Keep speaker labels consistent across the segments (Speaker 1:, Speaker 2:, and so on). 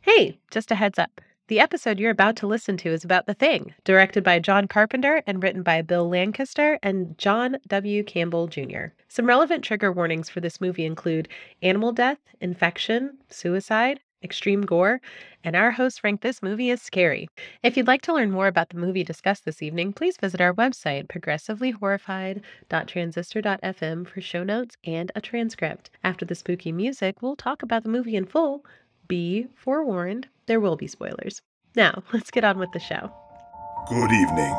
Speaker 1: Hey, just a heads up. The episode you're about to listen to is about The Thing, directed by John Carpenter and written by Bill Lancaster and John W. Campbell Jr. Some relevant trigger warnings for this movie include animal death, infection, suicide, extreme gore, and our hosts rank this movie as scary. If you'd like to learn more about the movie discussed this evening, please visit our website, progressivelyhorrified.transistor.fm, for show notes and a transcript. After the spooky music, we'll talk about the movie in full. Be forewarned, there will be spoilers. Now, let's get on with the show.
Speaker 2: Good evening,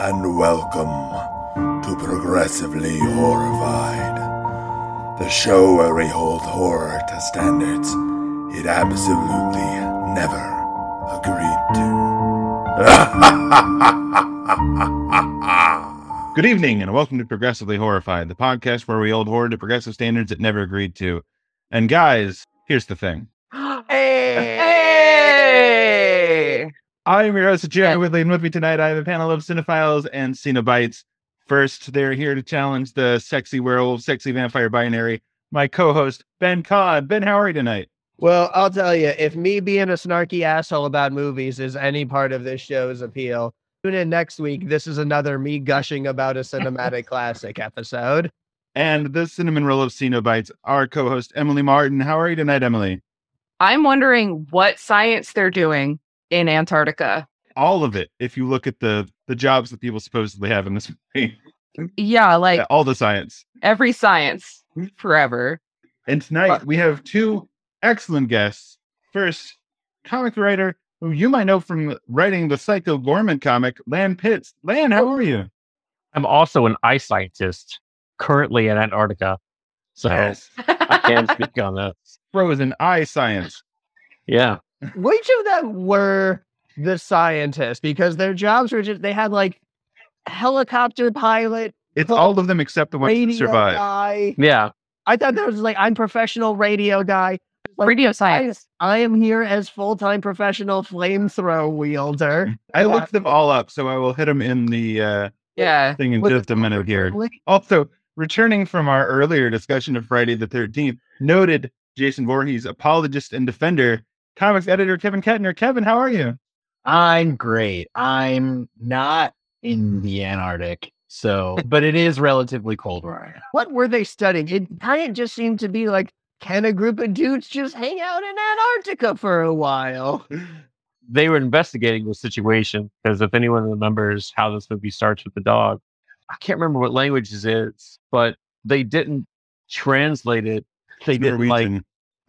Speaker 2: and welcome to Progressively Horrified, the show where we hold horror to standards it absolutely never agreed to.
Speaker 3: Good evening, and welcome to Progressively Horrified, the podcast where we hold horror to progressive standards that never agreed to. And guys, here's the thing.
Speaker 4: Hey!
Speaker 3: I'm your host, Jeremy Woodley, and with me tonight I have a panel of cinephiles and cenobites. First, they're here to challenge the sexy werewolf, sexy vampire binary. My co-host, Ben Codd. Ben, how are you tonight?
Speaker 4: Well, I'll tell you, if me being a snarky asshole about movies is any part of this show's appeal, tune in next week. This is another me gushing about a cinematic classic episode.
Speaker 3: And the cinnamon roll of cenobites, our co-host, Emily Martin. How are you tonight, Emily?
Speaker 5: I'm wondering what science they're doing in Antarctica.
Speaker 3: All of it, if you look at the the jobs that people supposedly have in this movie.
Speaker 5: Yeah, like
Speaker 3: All the science.
Speaker 5: every science forever.
Speaker 3: And tonight we have two excellent guests. First, comic writer who you might know from writing the Psycho Gorman comic, Lan Pitts. Lan, how are you?
Speaker 6: I'm also an ice scientist currently in Antarctica. So I can speak on that.
Speaker 3: Frozen eye science.
Speaker 6: Yeah.
Speaker 4: Which of them were the scientists? Because their jobs were just, they had like helicopter pilot,
Speaker 3: It's
Speaker 4: Well,
Speaker 3: all of them except the ones that
Speaker 4: radio
Speaker 3: survive.
Speaker 4: guy.
Speaker 6: Yeah.
Speaker 4: I thought that was like, I'm professional radio guy. Like,
Speaker 5: Radio science.
Speaker 4: I am here as full time professional flamethrower wielder.
Speaker 3: I looked them all up, so I will hit them in the uh,
Speaker 5: yeah.
Speaker 3: thing in
Speaker 4: With-
Speaker 3: just a minute here.
Speaker 4: Like,
Speaker 3: Also, returning from our earlier discussion of Friday the 13th, noted Jason Voorhees, apologist and defender, comics editor Kevin Kettner. Kevin, how are you?
Speaker 7: I'm great. I'm not in the Antarctic, so but it is relatively cold where I am.
Speaker 4: what were they studying? It kind of just seemed to be like, can a group of dudes just hang out in Antarctica for a while?
Speaker 6: They were investigating the situation because if anyone remembers how this movie starts with the dog, I can't remember what language this is, but they didn't translate it. They didn't like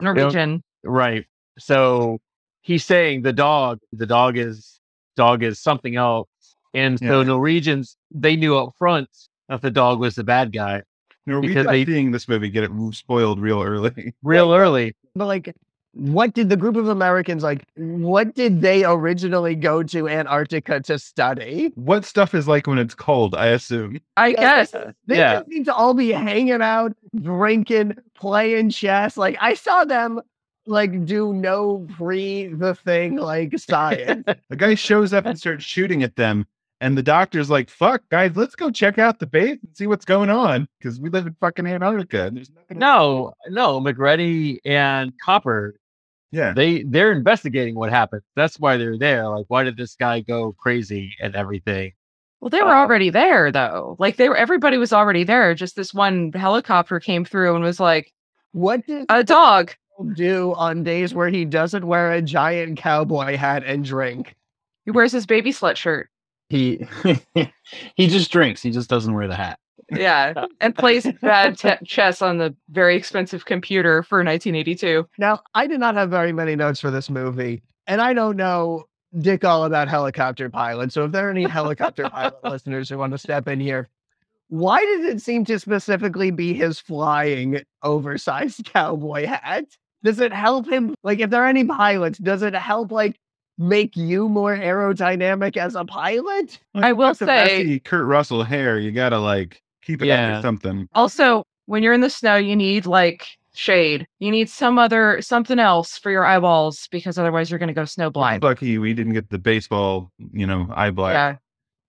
Speaker 3: Norwegian.
Speaker 5: Norwegian.
Speaker 6: Right. So he's saying the dog, the dog is dog is something else. And so Norwegians, they knew up front that the dog was the bad guy
Speaker 3: Norwegians
Speaker 6: they-
Speaker 3: seeing this movie get it spoiled real early.
Speaker 6: real early.
Speaker 4: But like, what did the group of Americans like? What did they originally go to Antarctica to study?
Speaker 3: What stuff is like when it's cold? I assume.
Speaker 5: I guess.
Speaker 4: They
Speaker 6: Yeah.
Speaker 4: just seem to all be hanging out, drinking, playing chess. Like I saw them like do no pre the thing like science.
Speaker 3: A guy shows up and starts shooting at them, and the doctor's like, "Fuck, guys, let's go check out the base and see what's going on because we live in fucking Antarctica." And there's nothing.
Speaker 6: No, no, McReady and Copper,
Speaker 3: Yeah,
Speaker 6: they they're investigating what happened. That's why they're there. Like, why did this guy go crazy and everything?
Speaker 5: Well, they
Speaker 6: Uh-huh.
Speaker 5: were already there though. Like they were everybody was already there. Just this one helicopter came through and was like,
Speaker 4: what did
Speaker 5: a dog.
Speaker 4: do on days where he doesn't wear a giant cowboy hat and drink?
Speaker 5: He wears his baby slut shirt.
Speaker 7: He he just drinks. He just doesn't wear the hat.
Speaker 5: Yeah. And plays bad te- chess on the very expensive computer for 1982.
Speaker 4: Now, I did not have very many notes for this movie, and I don't know dick all about helicopter pilots. So, if there are any helicopter pilot listeners who want to step in here, why does it seem to specifically be his flying oversized cowboy hat? Does it help him? Like, if there are any pilots, does it help, like, make you more aerodynamic as a pilot?
Speaker 3: Like,
Speaker 5: I will
Speaker 3: lots of
Speaker 5: say-
Speaker 3: messy Kurt Russell hair. You gotta like keep it
Speaker 6: Yeah.
Speaker 3: under something.
Speaker 5: Also, when you're in the snow, you need like shade. You need some other something else for your eyeballs because otherwise you're going to go snow blind.
Speaker 3: Lucky we didn't get the baseball, you know, eye black.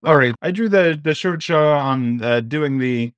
Speaker 5: Yeah.
Speaker 3: All right, I drew the the short straw on uh, um, doing the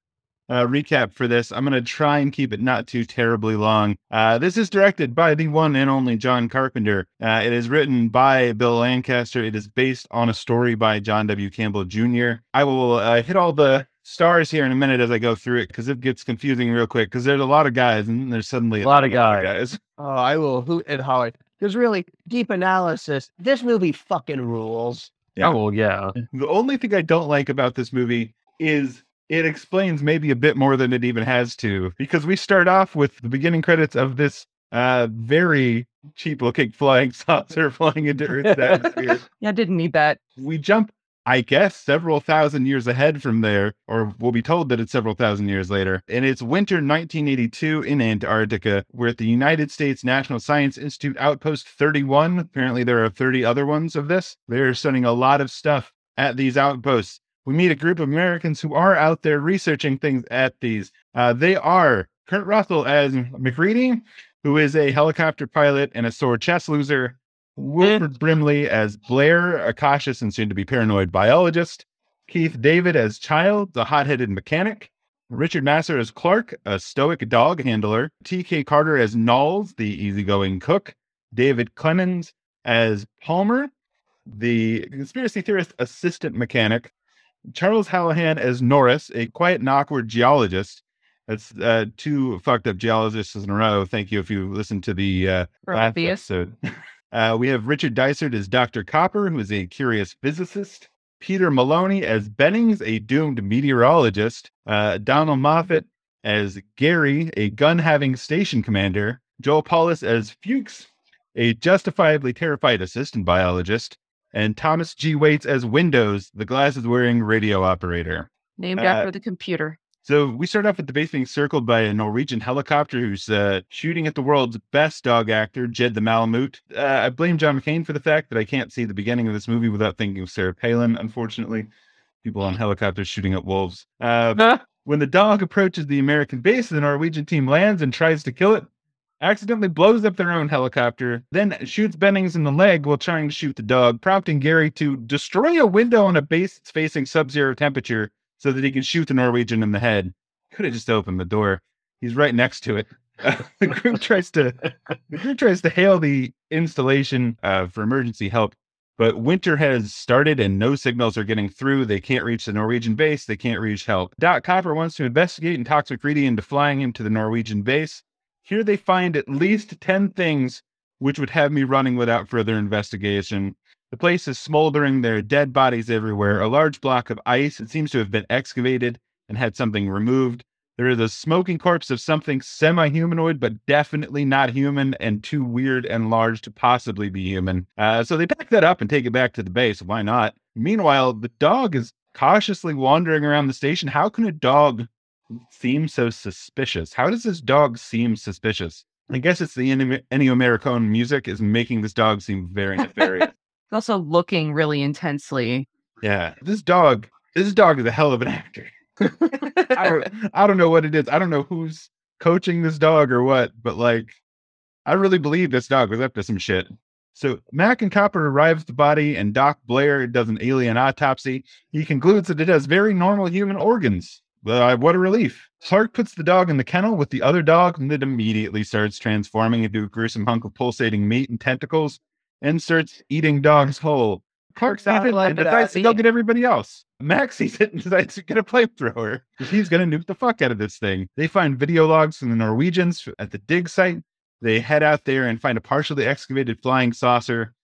Speaker 3: uh, recap for this. I'm going to try and keep it not too terribly long. Uh, this is directed by the one and only John Carpenter. Uh, it is written by Bill Lancaster. It is based on a story by John W. Campbell Jr. I will uh, hit all the stars here in a minute as I go through it because it gets confusing real quick because there's a lot of guys and there's suddenly
Speaker 6: A lot of
Speaker 3: lot of
Speaker 6: guys.
Speaker 3: guys.
Speaker 4: Oh, I will hoot and holler. There's really deep analysis. This movie fucking rules.
Speaker 3: Yeah.
Speaker 6: Oh, well, yeah.
Speaker 3: The only thing I don't like about this movie is it explains maybe a bit more than it even has to, because we start off with the beginning credits of this uh very cheap looking flying saucer flying into Earth's atmosphere.
Speaker 5: Yeah, I didn't need that.
Speaker 3: We jump, I guess, several thousand years ahead from there, or we'll be told that it's several thousand years later. And it's winter 1982 in Antarctica. We're at the United States National Science Institute Outpost 31. Apparently, there are 30 other ones of this. They're sending a lot of stuff at these outposts. We meet a group of Americans who are out there researching things at these. Uh, they are Kurt Russell as McReady, who is a helicopter pilot and a sore chess loser, Wilfred Brimley as Blair, a cautious and soon to be paranoid biologist. Keith David as Child, the hot headed mechanic. Richard Masser as Clark, a stoic dog handler. T.K. Carter as Knowles, the easygoing cook. David Clemens as Palmer, the conspiracy theorist assistant mechanic. Charles Hallahan as Norris, a quiet and awkward geologist. That's uh, two fucked up geologists in a row. Thank you if you listen to the uh, last
Speaker 5: Prometheus.
Speaker 3: episode. Uh, we have Richard Dysart as Dr. Copper, who is a curious physicist. Peter Maloney as Bennings, a doomed meteorologist. Uh, Donald Moffat as Gary, a gun having station commander. Joel Paulus as Fuchs, a justifiably terrified assistant biologist. And Thomas G. Waits as Windows, the glasses wearing radio operator.
Speaker 5: Named
Speaker 3: Uh,
Speaker 5: after the computer.
Speaker 3: So we start off at the base being circled by a Norwegian helicopter who's uh, shooting at the world's best dog actor, Jed the Malamute. Uh, I blame John McCain for the fact that I can't see the beginning of this movie without thinking of Sarah Palin, unfortunately. People on helicopters shooting at wolves. Uh, when the dog approaches the American base, the Norwegian team lands and tries to kill it, accidentally blows up their own helicopter, then shoots Bennings in the leg while trying to shoot the dog, prompting Gary to destroy a window on a base that's facing sub zero temperature so that he can shoot the Norwegian in the head. Could have just opened the door. He's right next to it. the group tries to the group tries to hail the installation uh, for emergency help, but winter has started and no signals are getting through. They can't reach the Norwegian base. They can't reach help. Doc Copper wants to investigate and talks McCready into flying him to the Norwegian base. Here they find at least ten things which would have me running without further investigation. The place is smoldering. There are dead bodies everywhere. A large block of ice. It seems to have been excavated and had something removed. There is a smoking corpse of something semi humanoid, but definitely not human and too weird and large to possibly be human. Uh, so they pack that up and take it back to the base. Why not? Meanwhile, the dog is cautiously wandering around the station. How can a dog seem so suspicious? How does this dog seem suspicious? I guess it's the Enne- Ennio Morricone music is making this dog seem very nefarious.
Speaker 5: He's also looking really intensely.
Speaker 3: Yeah, this dog, this dog is a hell of an actor. I don't, I don't know what it is. I don't know who's coaching this dog or what, but like, I really believe this dog was up to some shit. So Mac and Copper arrives at the body, and Doc Blair does an alien autopsy. He concludes that it has very normal human organs. Uh, what a relief! Clark puts the dog in the kennel with the other dog, and it immediately starts transforming into a gruesome hunk of pulsating meat and tentacles, and starts eating dogs whole. Clark's
Speaker 4: Not
Speaker 3: at it
Speaker 4: allowed
Speaker 3: and
Speaker 4: to
Speaker 3: decides to
Speaker 5: see
Speaker 3: go
Speaker 5: it.
Speaker 3: get everybody else. Max sees it and decides to get a flamethrower. He's going to nuke the fuck out of this thing. They find video logs from the Norwegians at the dig site. They head out there and find a partially excavated flying saucer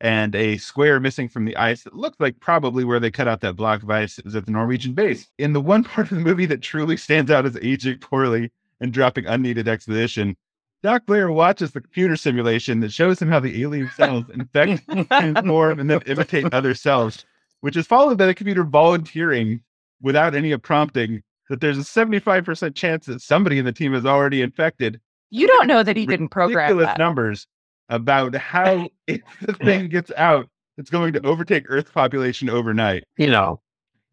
Speaker 3: and a square missing from the ice that looked like probably where they cut out that block of ice is at the Norwegian base. In the one part of the movie that truly stands out as aging poorly and dropping unneeded exposition, Doc Blair watches the computer simulation that shows him how the alien cells infect transform and then imitate other cells, which is followed by the computer volunteering without any prompting that there's a 75% chance that somebody in the team is already infected.
Speaker 5: You don't know that he didn't program
Speaker 3: Ridiculous
Speaker 5: that.
Speaker 3: numbers about how if the thing gets out, it's going to overtake Earth's population overnight.
Speaker 6: You know,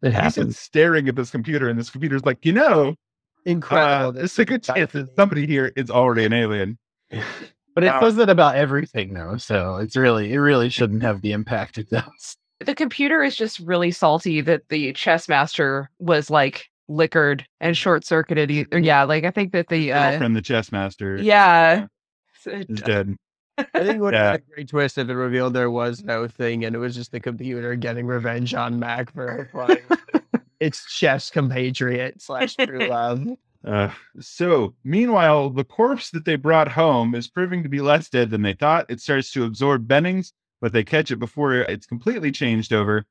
Speaker 6: it
Speaker 3: He's just
Speaker 6: happens.
Speaker 3: staring at this computer, and this computer's like, you know, uh,
Speaker 4: Incredible.
Speaker 3: it's a good chance that somebody here is already an alien.
Speaker 7: But it
Speaker 3: Uh,
Speaker 7: says that about everything, though. So it's really, it really shouldn't have the impact it does.
Speaker 5: The computer is just really salty that the chess master was like, liquored and short circuited. e- Yeah, like I think that the uh,
Speaker 3: From the chess master
Speaker 5: yeah, uh,
Speaker 3: is dead.
Speaker 4: I think what
Speaker 3: Yeah.
Speaker 4: a great twist if it revealed there was no thing and it was just the computer getting revenge on Mac for playing its chess compatriot slash true love.
Speaker 3: Uh, so, meanwhile, the corpse that they brought home is proving to be less dead than they thought. It starts to absorb Bennings, but they catch it before it's completely changed over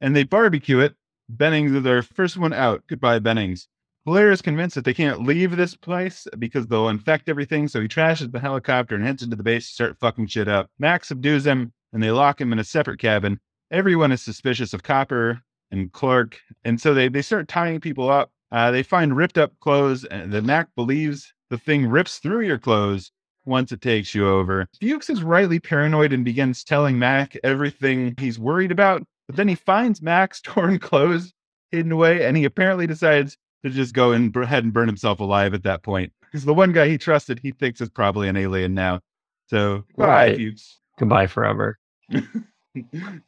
Speaker 3: and they barbecue it. Bennings is our first one out. Goodbye, Bennings. Blair is convinced that they can't leave this place because they'll infect everything. So he trashes the helicopter and heads into the base to start fucking shit up. Max subdues him and they lock him in a separate cabin. Everyone is suspicious of Copper and Clark. And so they, they start tying people up. Uh, they find ripped up clothes, and the Mac believes the thing rips through your clothes once it takes you over. Fuchs is rightly paranoid and begins telling Mac everything he's worried about, but then he finds Mac's torn clothes hidden away, and he apparently decides to just go and bur- ahead and burn himself alive at that point. Because the one guy he trusted, he thinks is probably an alien now. So, bye,
Speaker 6: Right.
Speaker 3: Fuchs.
Speaker 6: Goodbye forever.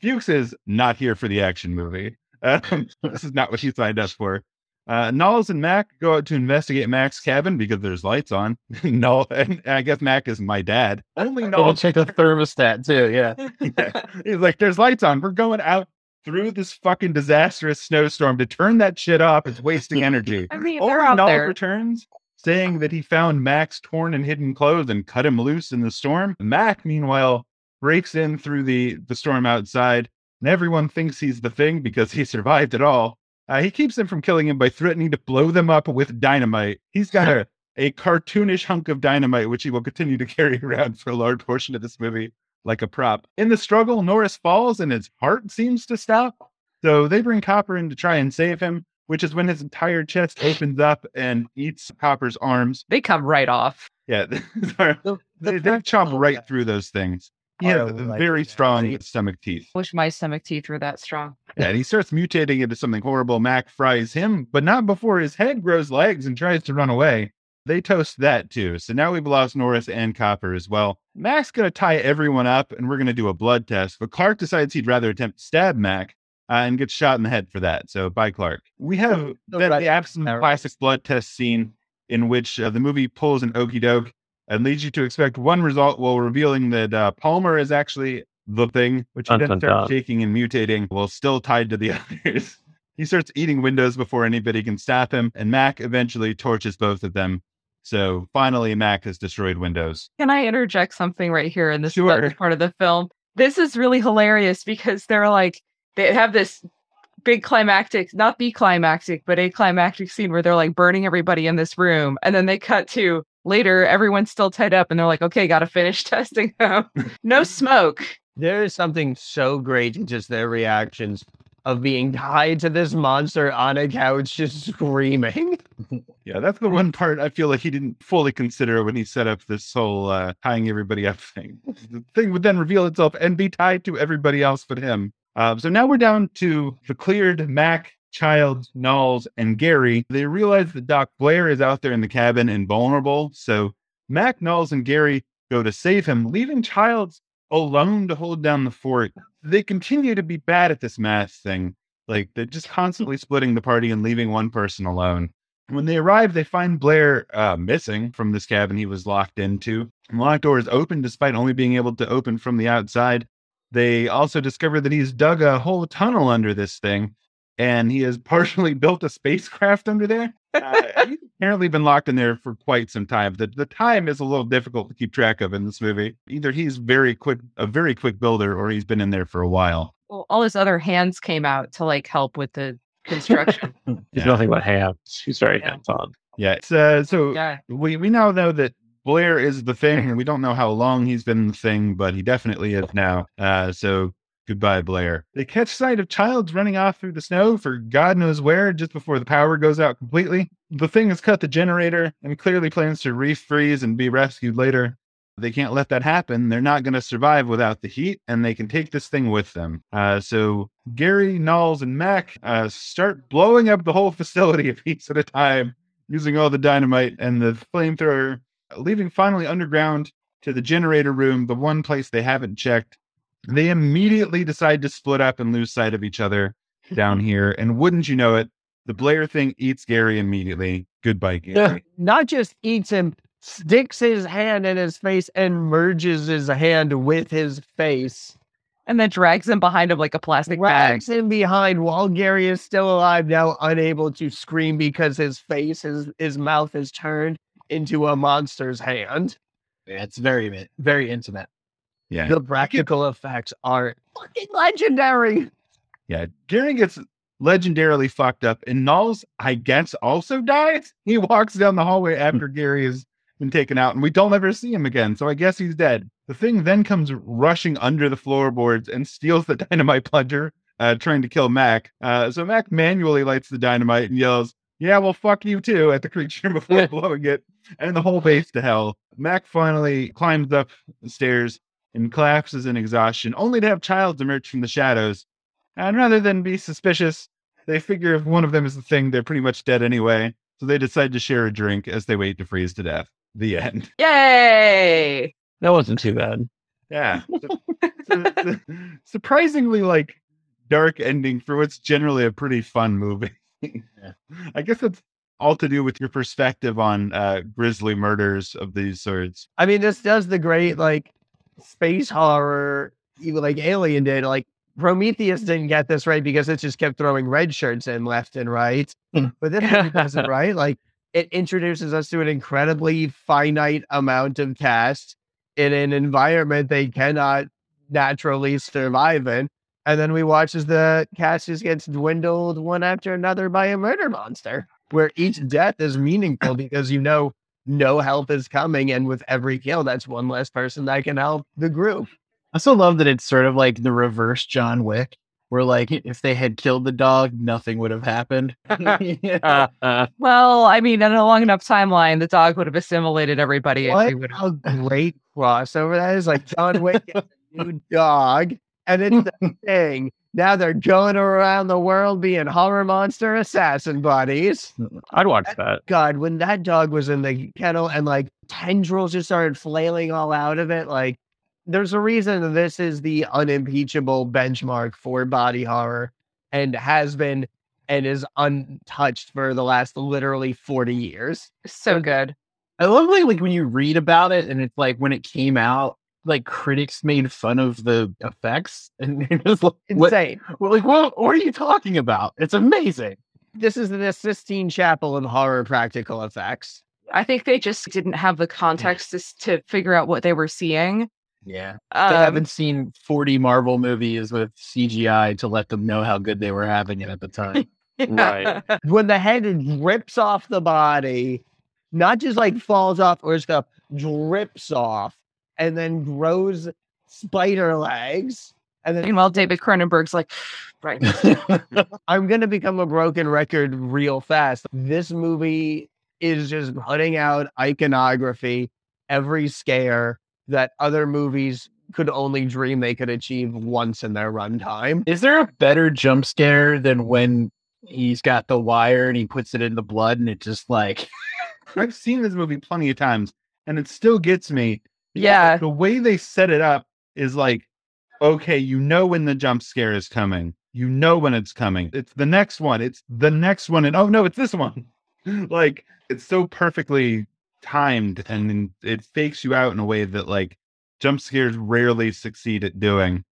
Speaker 3: Fuchs is not here for the action movie. Um, this is not what she signed up for. Uh, Knowles and Mac go out to investigate Mac's cabin because there's lights on. no, and I guess Mac is my dad. Only
Speaker 7: We'll
Speaker 3: Knowles.
Speaker 7: check the thermostat too. Yeah.
Speaker 3: He's like, there's lights on. We're going out through this fucking disastrous snowstorm to turn that shit off. It's wasting energy.
Speaker 5: I mean,
Speaker 3: Only
Speaker 5: they're out
Speaker 3: Knowles
Speaker 5: there.
Speaker 3: returns saying that he found Mac's torn and hidden clothes and cut him loose in the storm. Mac, meanwhile, breaks in through the, the storm outside, and everyone thinks he's the thing because he survived it all. Uh, he keeps them from killing him by threatening to blow them up with dynamite. He's got a, a cartoonish hunk of dynamite, which he will continue to carry around for a large portion of this movie like a prop. In the struggle, Norris falls and his heart seems to stop. So they bring Copper in to try and save him, which is when his entire chest opens up and eats Copper's arms.
Speaker 5: They come right off.
Speaker 3: Yeah, his arm-
Speaker 4: The, the
Speaker 3: they, they
Speaker 4: fact-
Speaker 3: chomp
Speaker 4: oh,
Speaker 3: right
Speaker 4: yeah.
Speaker 3: through those things. He has
Speaker 4: Horrible, like,
Speaker 3: very
Speaker 4: yeah,
Speaker 3: strong
Speaker 4: right.
Speaker 3: stomach teeth.
Speaker 5: Wish my stomach teeth were that strong.
Speaker 3: Yeah, and he starts mutating into something horrible. Mac fries him, but not before his head grows legs and tries to run away. They toast that too. So now we've lost Norris and Copper as well. Mac's going to tie everyone up and we're going to do a blood test, but Clark decides he'd rather attempt to stab Mac uh, and gets shot in the head for that. So bye, Clark. We have
Speaker 4: the
Speaker 3: that,
Speaker 4: right-
Speaker 3: the absolute
Speaker 4: right.
Speaker 3: classic blood test scene in which uh, the movie pulls an okey doke and leads you to expect one result while revealing that uh, Palmer is actually the thing, which he
Speaker 6: Dun,
Speaker 3: then
Speaker 6: dun,
Speaker 3: starts
Speaker 6: dun.
Speaker 3: shaking and mutating while still tied to the others. he starts eating windows before anybody can stop him, and Mac eventually torches both of them. So finally, Mac has destroyed Windows.
Speaker 5: Can I interject something right here in this bu-
Speaker 3: Sure.
Speaker 5: part of the film? This is really hilarious because they're like they have this big climactic, not the climactic, but a climactic scene where they're like burning everybody in this room, and then they cut to later everyone's still tied up, and they're like, okay, gotta finish testing them. no smoke.
Speaker 4: There is something so great in just their reactions of being tied to this monster on a couch, just screaming.
Speaker 3: Yeah, that's the one part I feel like he didn't fully consider when he set up this whole uh, tying everybody up thing. The thing would then reveal itself and be tied to everybody else but him. Uh, so now we're down to the cleared Mac, Child, Knowles, and Gary. They realize that Doc Blair is out there in the cabin and vulnerable. So Mac, Knowles, and Gary go to save him, leaving Childs alone to hold down the fort. They continue to be bad at this math thing. Like they're just constantly splitting the party and leaving one person alone. When they arrive, they find Blair uh, missing from this cabin he was locked into. The locked door is open despite only being able to open from the outside. They also discover that he's dug a whole tunnel under this thing and he has partially built a spacecraft under there. Uh, he's apparently been locked in there for quite some time. The, the time is a little difficult to keep track of in this movie. Either he's very quick, a very quick builder, or he's been in there for a while.
Speaker 5: Well, all his other hands came out to like help with the construction.
Speaker 6: He's
Speaker 3: Yeah.
Speaker 6: nothing but hands. He's very
Speaker 5: Yeah.
Speaker 6: hands on.
Speaker 3: Yeah. It's, uh, so
Speaker 5: yeah.
Speaker 3: we we now know that Blair is the thing, and we don't know how long he's been the thing, but he definitely is now. Uh, so goodbye, Blair. They catch sight of Childs running off through the snow for God knows where just before the power goes out completely. The thing has cut the generator and clearly plans to refreeze and be rescued later. They can't let that happen. They're not going to survive without the heat, and they can take this thing with them. Uh, so Gary, Knowles, and Mac uh, start blowing up the whole facility a piece at a time using all the dynamite and the flamethrower, leaving finally underground to the generator room, the one place they haven't checked. They immediately decide to split up and lose sight of each other down here. And wouldn't you know it, The Blair thing eats Gary immediately. Goodbye, Gary.
Speaker 4: Not just eats him, sticks his hand in his face and merges his hand with his face.
Speaker 5: and then drags him behind him like a plastic bag.
Speaker 4: Rags him behind while Gary is still alive, now unable to scream because his face, his, his mouth is turned into a monster's hand.
Speaker 7: Yeah, it's very mi- very intimate.
Speaker 3: Yeah.
Speaker 4: The practical effects are fucking legendary.
Speaker 3: Yeah, Gary gets legendarily fucked up, and Nulls, I guess, also dies. He walks down the hallway after Gary has been taken out, and we don't ever see him again. So I guess he's dead. The thing then comes rushing under the floorboards and steals the dynamite plunger, uh, trying to kill Mac. Uh, so Mac manually lights the dynamite and yells, "Yeah, well, fuck you too!" at the creature before blowing it, and the whole base to hell. Mac finally climbs up the stairs and collapses in exhaustion, only to have Childs emerge from the shadows. And rather than be suspicious, they figure if one of them is the thing, they're pretty much dead anyway. So they decide to share a drink as they wait to freeze to death. The end.
Speaker 5: Yay!
Speaker 6: That wasn't too bad.
Speaker 3: Yeah. Su- su- su- surprisingly, like, dark ending for what's generally a pretty fun movie. I guess it's all to do with your perspective on uh, grisly murders of these sorts.
Speaker 4: I mean, this does the great like space horror, even like Alien did. Like Prometheus didn't get this right because it just kept throwing red shirts in left and right.
Speaker 7: Hmm.
Speaker 4: but this movie does it right. Like it introduces us to an incredibly finite amount of cast in an environment they cannot naturally survive in. And then we watch as the cast just gets dwindled one after another by a murder monster, where each death is meaningful because you know no help is coming. And with every kill, that's one less person that can help the group.
Speaker 7: I also love that it's sort of like the reverse John Wick, where like if they had killed the dog, nothing would have happened.
Speaker 6: Uh, uh,
Speaker 5: Well, I mean, in a long enough timeline, the dog would have assimilated everybody. if
Speaker 4: What
Speaker 5: they would have-
Speaker 4: a great crossover that is. Like John Wick gets a new dog, and it's the thing. Now they're going around the world being horror monster assassin buddies.
Speaker 6: I'd watch that.
Speaker 4: God, when that dog was in the kennel and like tendrils just started flailing all out of it, like there's a reason that this is the unimpeachable benchmark for body horror and has been and is untouched for the last literally 40 years.
Speaker 5: so good.
Speaker 7: I love like, like when you read about it and it's like when it came out, like critics made fun of the effects and it was like, what,
Speaker 4: Insane.
Speaker 7: well, like what, what are you talking about? It's amazing.
Speaker 4: This is the Sistine Chapel of horror practical effects.
Speaker 5: I think they just didn't have the context to, s- to figure out what they were seeing.
Speaker 7: Yeah. I
Speaker 5: Um,
Speaker 7: haven't seen 40 Marvel movies with CGI to let them know how good they were having it at the time.
Speaker 6: Right.
Speaker 4: when the head drips off the body, not just like falls off or stuff, drips off and then grows spider legs. And then
Speaker 5: Meanwhile, David Cronenberg's like, right.
Speaker 4: I'm going to become a broken record real fast. This movie is just putting out iconography every scare that other movies could only dream they could achieve once in their runtime.
Speaker 7: Is there a better jump scare than when he's got the wire and he puts it in the blood and it just like
Speaker 3: I've seen this movie plenty of times, and it still gets me
Speaker 5: Yeah.
Speaker 3: the way they set it up is like, okay, you know when the jump scare is coming. You know when it's coming. It's the next one. It's the next one. And oh no, it's this one. like it's so perfectly timed and then it fakes you out in a way that like jump scares rarely succeed at doing.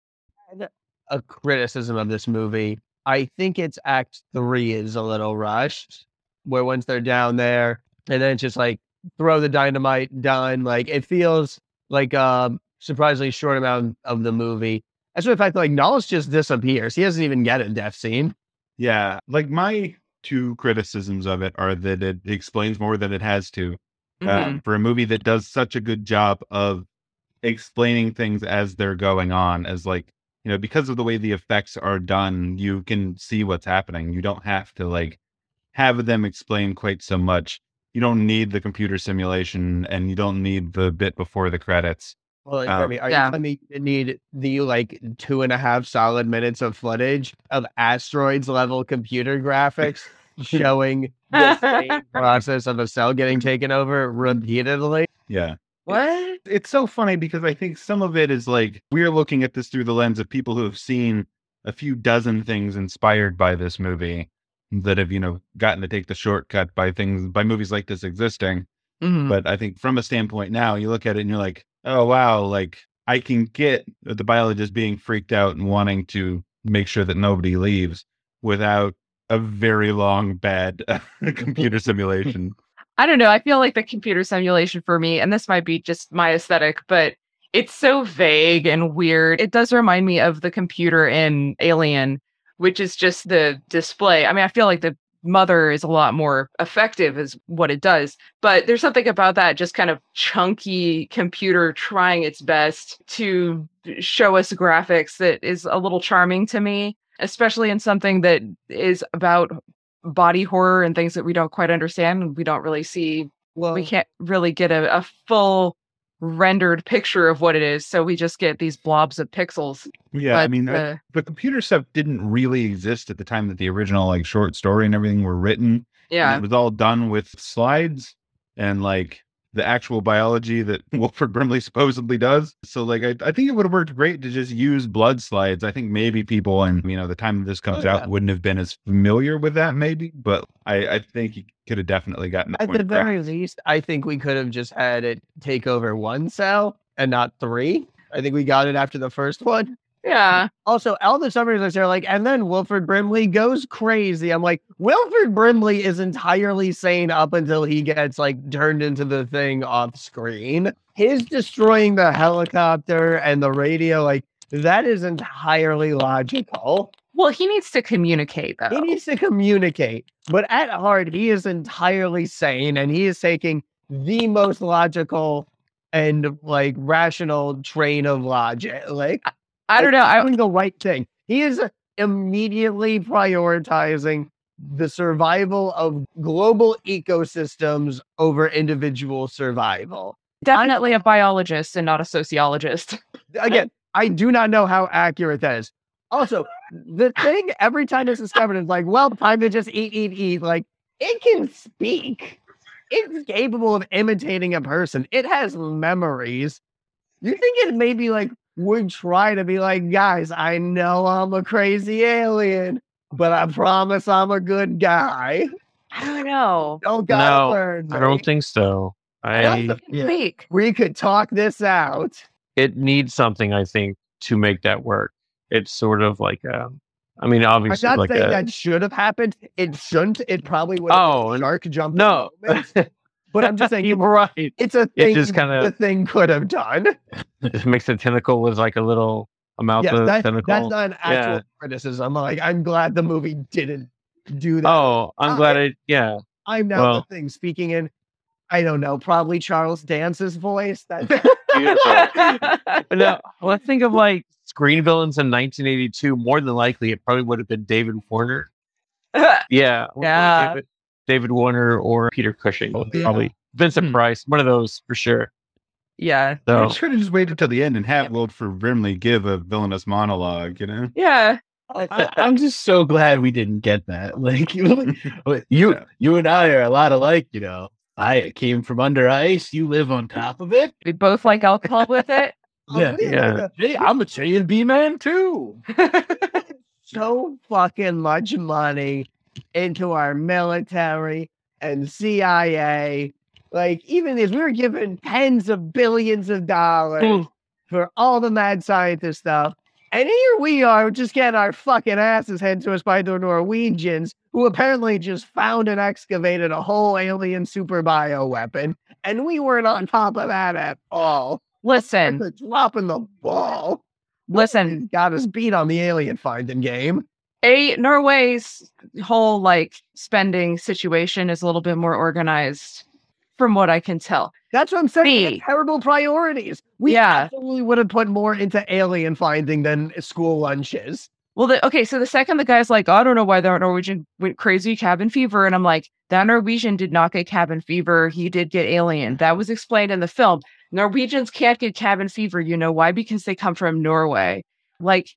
Speaker 4: a criticism of this movie. I think it's act three is a little rushed, where once they're down there and then it's just like throw the dynamite done. Like it feels like a surprisingly short amount of the movie. As a matter of fact, like Knowles just disappears. He doesn't even get a death scene.
Speaker 3: Yeah. Like my two criticisms of it are that it explains more than it has to.
Speaker 5: Mhm.
Speaker 3: um, for a movie that does such a good job of explaining things as they're going on as like you know because of the way the effects are done you can see what's happening you don't have to like have them explain quite so much you don't need the computer simulation and you don't need the bit before the credits
Speaker 4: Well, like,
Speaker 3: Oh.
Speaker 4: Jeremy, are
Speaker 5: Yeah.
Speaker 4: you telling me you need the like two and a half solid minutes of footage of asteroids level computer graphics showing the same process of a cell getting taken over repeatedly?
Speaker 3: yeah
Speaker 5: What?
Speaker 3: it's so funny because I think some of it is like we're looking at this through the lens of people who have seen a few dozen things inspired by this movie. that have you know gotten to take the shortcut by things by movies like this existing
Speaker 5: Mhm.
Speaker 3: but I think from a standpoint now, you look at it and you're like, oh wow, like I can get the biologist being freaked out and wanting to make sure that nobody leaves without a very long bad computer simulation.
Speaker 5: I don't know. I feel like the computer simulation for me, and this might be just my aesthetic, but it's so vague and weird. It does remind me of the computer in Alien, which is just the display. I mean, I feel like the mother is a lot more effective, is what it does. But there's something about that just kind of chunky computer trying its best to show us graphics that is a little charming to me, especially in something that is about body horror and things that we don't quite understand and we don't really see
Speaker 4: Well,
Speaker 3: Oh.
Speaker 5: we can't really get a, a full rendered picture of what it is so we just get these blobs of pixels
Speaker 3: yeah, I
Speaker 5: But,
Speaker 3: mean, I-
Speaker 5: uh,
Speaker 3: the computer stuff didn't really exist at the time that the original like short story and everything were written. And
Speaker 5: yeah
Speaker 3: it was all done with slides and like the actual biology that Wilford Brimley supposedly does. So like I, I think it would have worked great to just use blood slides. I think maybe people and you know the time that this comes
Speaker 4: Oh, yeah.
Speaker 3: out wouldn't have been as familiar with that maybe, but I, I think you could have definitely gotten
Speaker 4: at
Speaker 3: point
Speaker 4: the very
Speaker 3: across.
Speaker 4: least, I think we could have just had it take over one cell and not three. I think we got it after the first one.
Speaker 5: yeah
Speaker 4: Also, all the summaries are like, and then Wilfred Brimley goes crazy. I'm like, Wilfred Brimley is entirely sane up until he gets like turned into the thing off screen. His destroying the helicopter and the radio, like that is entirely logical.
Speaker 5: well he needs to communicate though
Speaker 4: He needs to communicate, but at heart, he is entirely sane and he is taking the most logical and like rational train of logic. Like,
Speaker 5: i don't know
Speaker 4: he's
Speaker 5: I,
Speaker 4: doing the right thing. He is immediately prioritizing the survival of global ecosystems over individual survival.
Speaker 5: definitely a biologist and not a sociologist
Speaker 4: Again, I do not know how accurate that is. Also, the thing every time it's discovered is like, well, time to just eat, eat, eat. Like, it can speak. It's capable of imitating a person. It has memories. You think it maybe like would try to be like, guys, I know I'm a crazy alien, but I promise I'm a good guy.
Speaker 5: i don't know
Speaker 4: Don't gotta
Speaker 6: No,
Speaker 4: learn.
Speaker 6: I don't
Speaker 4: me.
Speaker 6: think so. I
Speaker 7: Yeah.
Speaker 5: fake
Speaker 4: we could talk this out.
Speaker 6: it needs something I think to make that work. It's sort of like a, I mean,
Speaker 4: I'm
Speaker 6: obviously
Speaker 4: not
Speaker 6: like uh,
Speaker 4: saying
Speaker 6: a
Speaker 4: that should have happened. It shouldn't. It probably would have
Speaker 6: oh
Speaker 4: been a
Speaker 6: and-
Speaker 4: shark jump.
Speaker 6: no,
Speaker 4: But I'm just saying
Speaker 6: you're right.
Speaker 4: it's a
Speaker 6: It
Speaker 4: thing
Speaker 6: just kind
Speaker 4: the
Speaker 6: of
Speaker 4: thing could have done.
Speaker 6: makes the tentacle was like a little amount
Speaker 4: Yes,
Speaker 6: of
Speaker 4: that- that's
Speaker 6: tentacle.
Speaker 4: not an actual
Speaker 6: Yeah.
Speaker 4: criticism. Like I'm glad the movie didn't do that.
Speaker 6: oh, I'm
Speaker 4: Uh,
Speaker 6: glad I yeah.
Speaker 4: I'm now
Speaker 6: well-
Speaker 4: the thing speaking in I don't know, probably Charles Dance's voice. That
Speaker 6: Beautiful. But now let's think of like screen villains in 1982. More than likely, it probably would have been David Warner. Yeah, or- or
Speaker 5: Yeah.
Speaker 6: David, David Warner or Peter Cushing.
Speaker 4: Oh, yeah.
Speaker 6: Probably Vincent
Speaker 3: Hmm.
Speaker 6: Price. One of those for sure.
Speaker 5: yeah
Speaker 3: I
Speaker 6: So
Speaker 3: should have just waited till the end and have Wilford Brimley give a villainous monologue, you know?
Speaker 5: yeah
Speaker 7: I, am just so glad we didn't get that. Like you, you,
Speaker 3: Yeah.
Speaker 7: you and I are a lot alike. You know, I came from under ice. You live on top of it.
Speaker 5: we both like alcohol with it
Speaker 7: Yeah,
Speaker 4: uh,
Speaker 6: yeah.
Speaker 7: Gee, I'm a B man too.
Speaker 4: so fucking much money into our military and CIA. Like, even if we were given tens of billions of
Speaker 7: Mm.
Speaker 4: dollars for all the mad scientist stuff. And here we are, just getting our fucking asses handed to us by the Norwegians, who apparently just found and excavated a whole alien super bio weapon. And we weren't on top of that at all.
Speaker 5: listen
Speaker 4: We're dropping the ball.
Speaker 5: listen
Speaker 4: Got us beat on the alien finding game.
Speaker 5: A Norway's whole like spending situation is a little bit more organized from what I can tell.
Speaker 4: That's what I'm saying. they
Speaker 5: B.
Speaker 4: had Terrible priorities. We
Speaker 5: Yeah.
Speaker 4: absolutely would have put more into alien finding than school lunches.
Speaker 5: Well, the, okay, so the second the guy's like, I don't know why that Norwegian went crazy cabin fever. And I'm like, that Norwegian did not get cabin fever. He did get alien. That was explained in the film. Norwegians can't get cabin fever. You know why? Because they come from Norway. Like,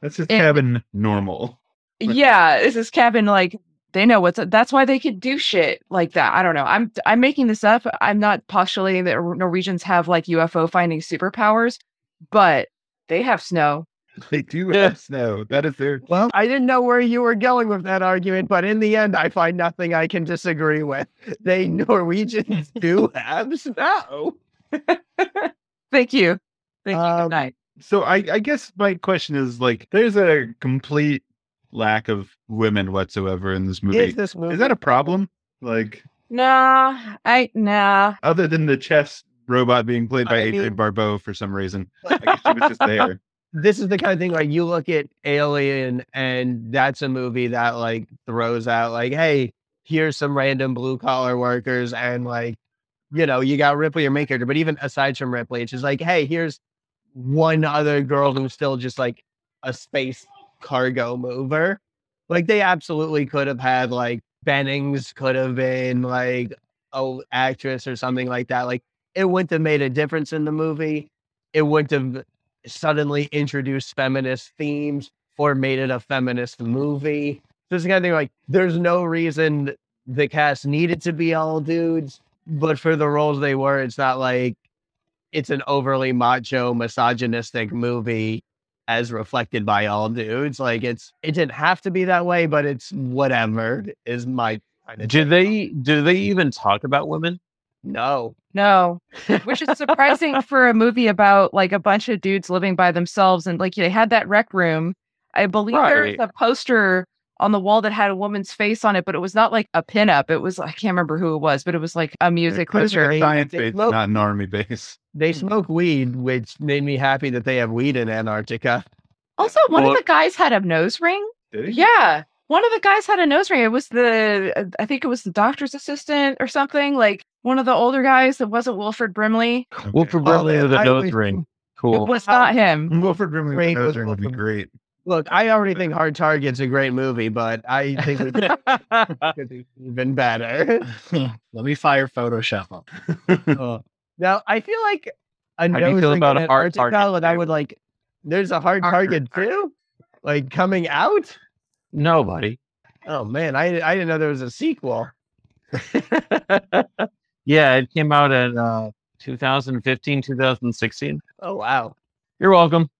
Speaker 3: That's just
Speaker 5: It-
Speaker 3: cabin normal. Right.
Speaker 5: yeah this is cabin like they know what's that's why they could do shit like that i don't know i'm i'm making this up i'm not postulating that Nor- norwegians have like ufo finding superpowers but they have snow
Speaker 3: They do have snow. That is their
Speaker 4: Well, I didn't know where you were going with that argument, but in the end, I find nothing I can disagree with. They Norwegians do have snow.
Speaker 5: Thank you. Thank you.
Speaker 4: Um,
Speaker 5: Good night.
Speaker 3: so I, I guess my question is like there's a complete lack of women whatsoever in this movie.
Speaker 4: Is
Speaker 3: Is,
Speaker 4: this movie?
Speaker 3: that a problem? Like
Speaker 5: Nah, I nah.
Speaker 3: other than the chess robot being played by
Speaker 4: I
Speaker 3: AJ
Speaker 4: mean-
Speaker 3: Barbeau for some reason. I guess she was just there.
Speaker 4: this is the kind of thing like you look at Alien, and that's a movie that like throws out like, hey, here's some random blue collar workers, and like, you know, you got Ripley or Maker, but even aside from Ripley, it's just like, hey, here's one other girl who's still just like a space cargo mover. Like they absolutely could have had like Bennings could have been like a actress or something like that. Like it wouldn't have made a difference in the movie. It wouldn't have suddenly introduced feminist themes or made it a feminist movie. So it's the kind of thing like there's no reason the cast needed to be all dudes, but for the roles they were, it's not like it's an overly macho, misogynistic movie as reflected by all dudes. Like it's it didn't have to be that way, but it's whatever is my kind of
Speaker 6: Do
Speaker 4: take.
Speaker 6: they do they even talk about women?
Speaker 4: no.
Speaker 5: No, which is surprising for a movie about like a bunch of dudes living by themselves and like they had that rec room. I believe there was
Speaker 6: Right.
Speaker 5: a poster on the wall that had a woman's face on it, but it was not like a pinup. It was I can't remember who it was, but it was like a music
Speaker 3: That's
Speaker 5: poster.
Speaker 3: a science
Speaker 4: They
Speaker 3: base,
Speaker 4: look-
Speaker 3: not an army base.
Speaker 4: They smoke weed, which made me happy that they have weed in Antarctica.
Speaker 5: Also, one
Speaker 6: Well-
Speaker 5: of the guys had a nose ring.
Speaker 3: Did he?
Speaker 5: Yeah. One of the guys had a nose ring. It was the, uh, I think it was the doctor's assistant or something, like one of the older guys that wasn't Wilfred Brimley.
Speaker 3: Okay.
Speaker 6: Wilfred Brimley
Speaker 4: Oh,
Speaker 6: of the
Speaker 4: I-
Speaker 6: nose ring.
Speaker 5: It
Speaker 6: Cool.
Speaker 5: was not
Speaker 4: Mm.
Speaker 5: him.
Speaker 3: Wilfred Brimley with
Speaker 4: Great
Speaker 3: a nose
Speaker 4: was
Speaker 3: ring would be
Speaker 4: Wilfred.
Speaker 3: great.
Speaker 4: Look, I already think Hard Target's a great movie, but I think we could do even better.
Speaker 7: Let me fire Photoshop up.
Speaker 4: Uh, now, I feel like a
Speaker 6: do
Speaker 4: nose
Speaker 6: you feel
Speaker 4: ring
Speaker 6: about
Speaker 4: in
Speaker 6: a Hard Target,
Speaker 4: Antarctica that I
Speaker 6: too?
Speaker 4: would like. There's a Hard
Speaker 6: Hard
Speaker 4: Target
Speaker 6: Target.
Speaker 4: too, like coming out.
Speaker 6: Nobody.
Speaker 4: Oh man, I I didn't know there was a sequel.
Speaker 6: yeah, it came out in uh, 2015, 2016.
Speaker 4: Oh wow.
Speaker 6: You're welcome.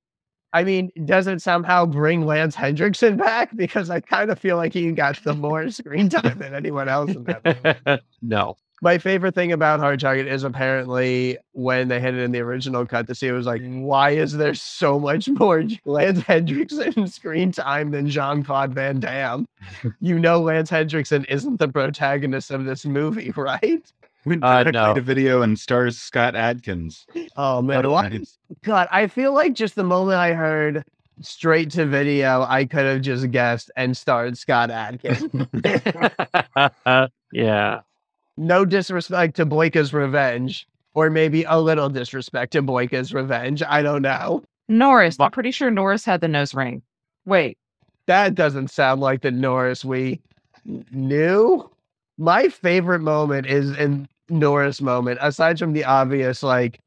Speaker 4: I mean, does it somehow bring Lance Hendrickson back? Because I kind of feel like he got some more screen time than anyone else in that movie.
Speaker 6: no.
Speaker 4: My favorite thing about Hard Target is apparently when they had it in the original cut, the scene was like, why is there so much more Lance Hendrickson screen time than Jean Claude Van Damme? You know, Lance Hendrickson isn't the protagonist of this movie, right?
Speaker 3: Went
Speaker 6: Uh,
Speaker 3: directly
Speaker 6: no.
Speaker 3: to video and stars Scott Adkins.
Speaker 4: Oh man,
Speaker 3: Otherwise-
Speaker 4: why- God, I feel like just the moment I heard straight to video, I could have just guessed and starred Scott Adkins.
Speaker 6: yeah.
Speaker 4: no disrespect to Boyka's Revenge, or maybe a little disrespect to Boyka's Revenge. I don't know.
Speaker 5: Norris. I'm pretty sure Norris had the nose ring. Wait.
Speaker 4: That doesn't sound like the Norris we n- knew. My favorite moment is in Norris moment, aside from the obvious, like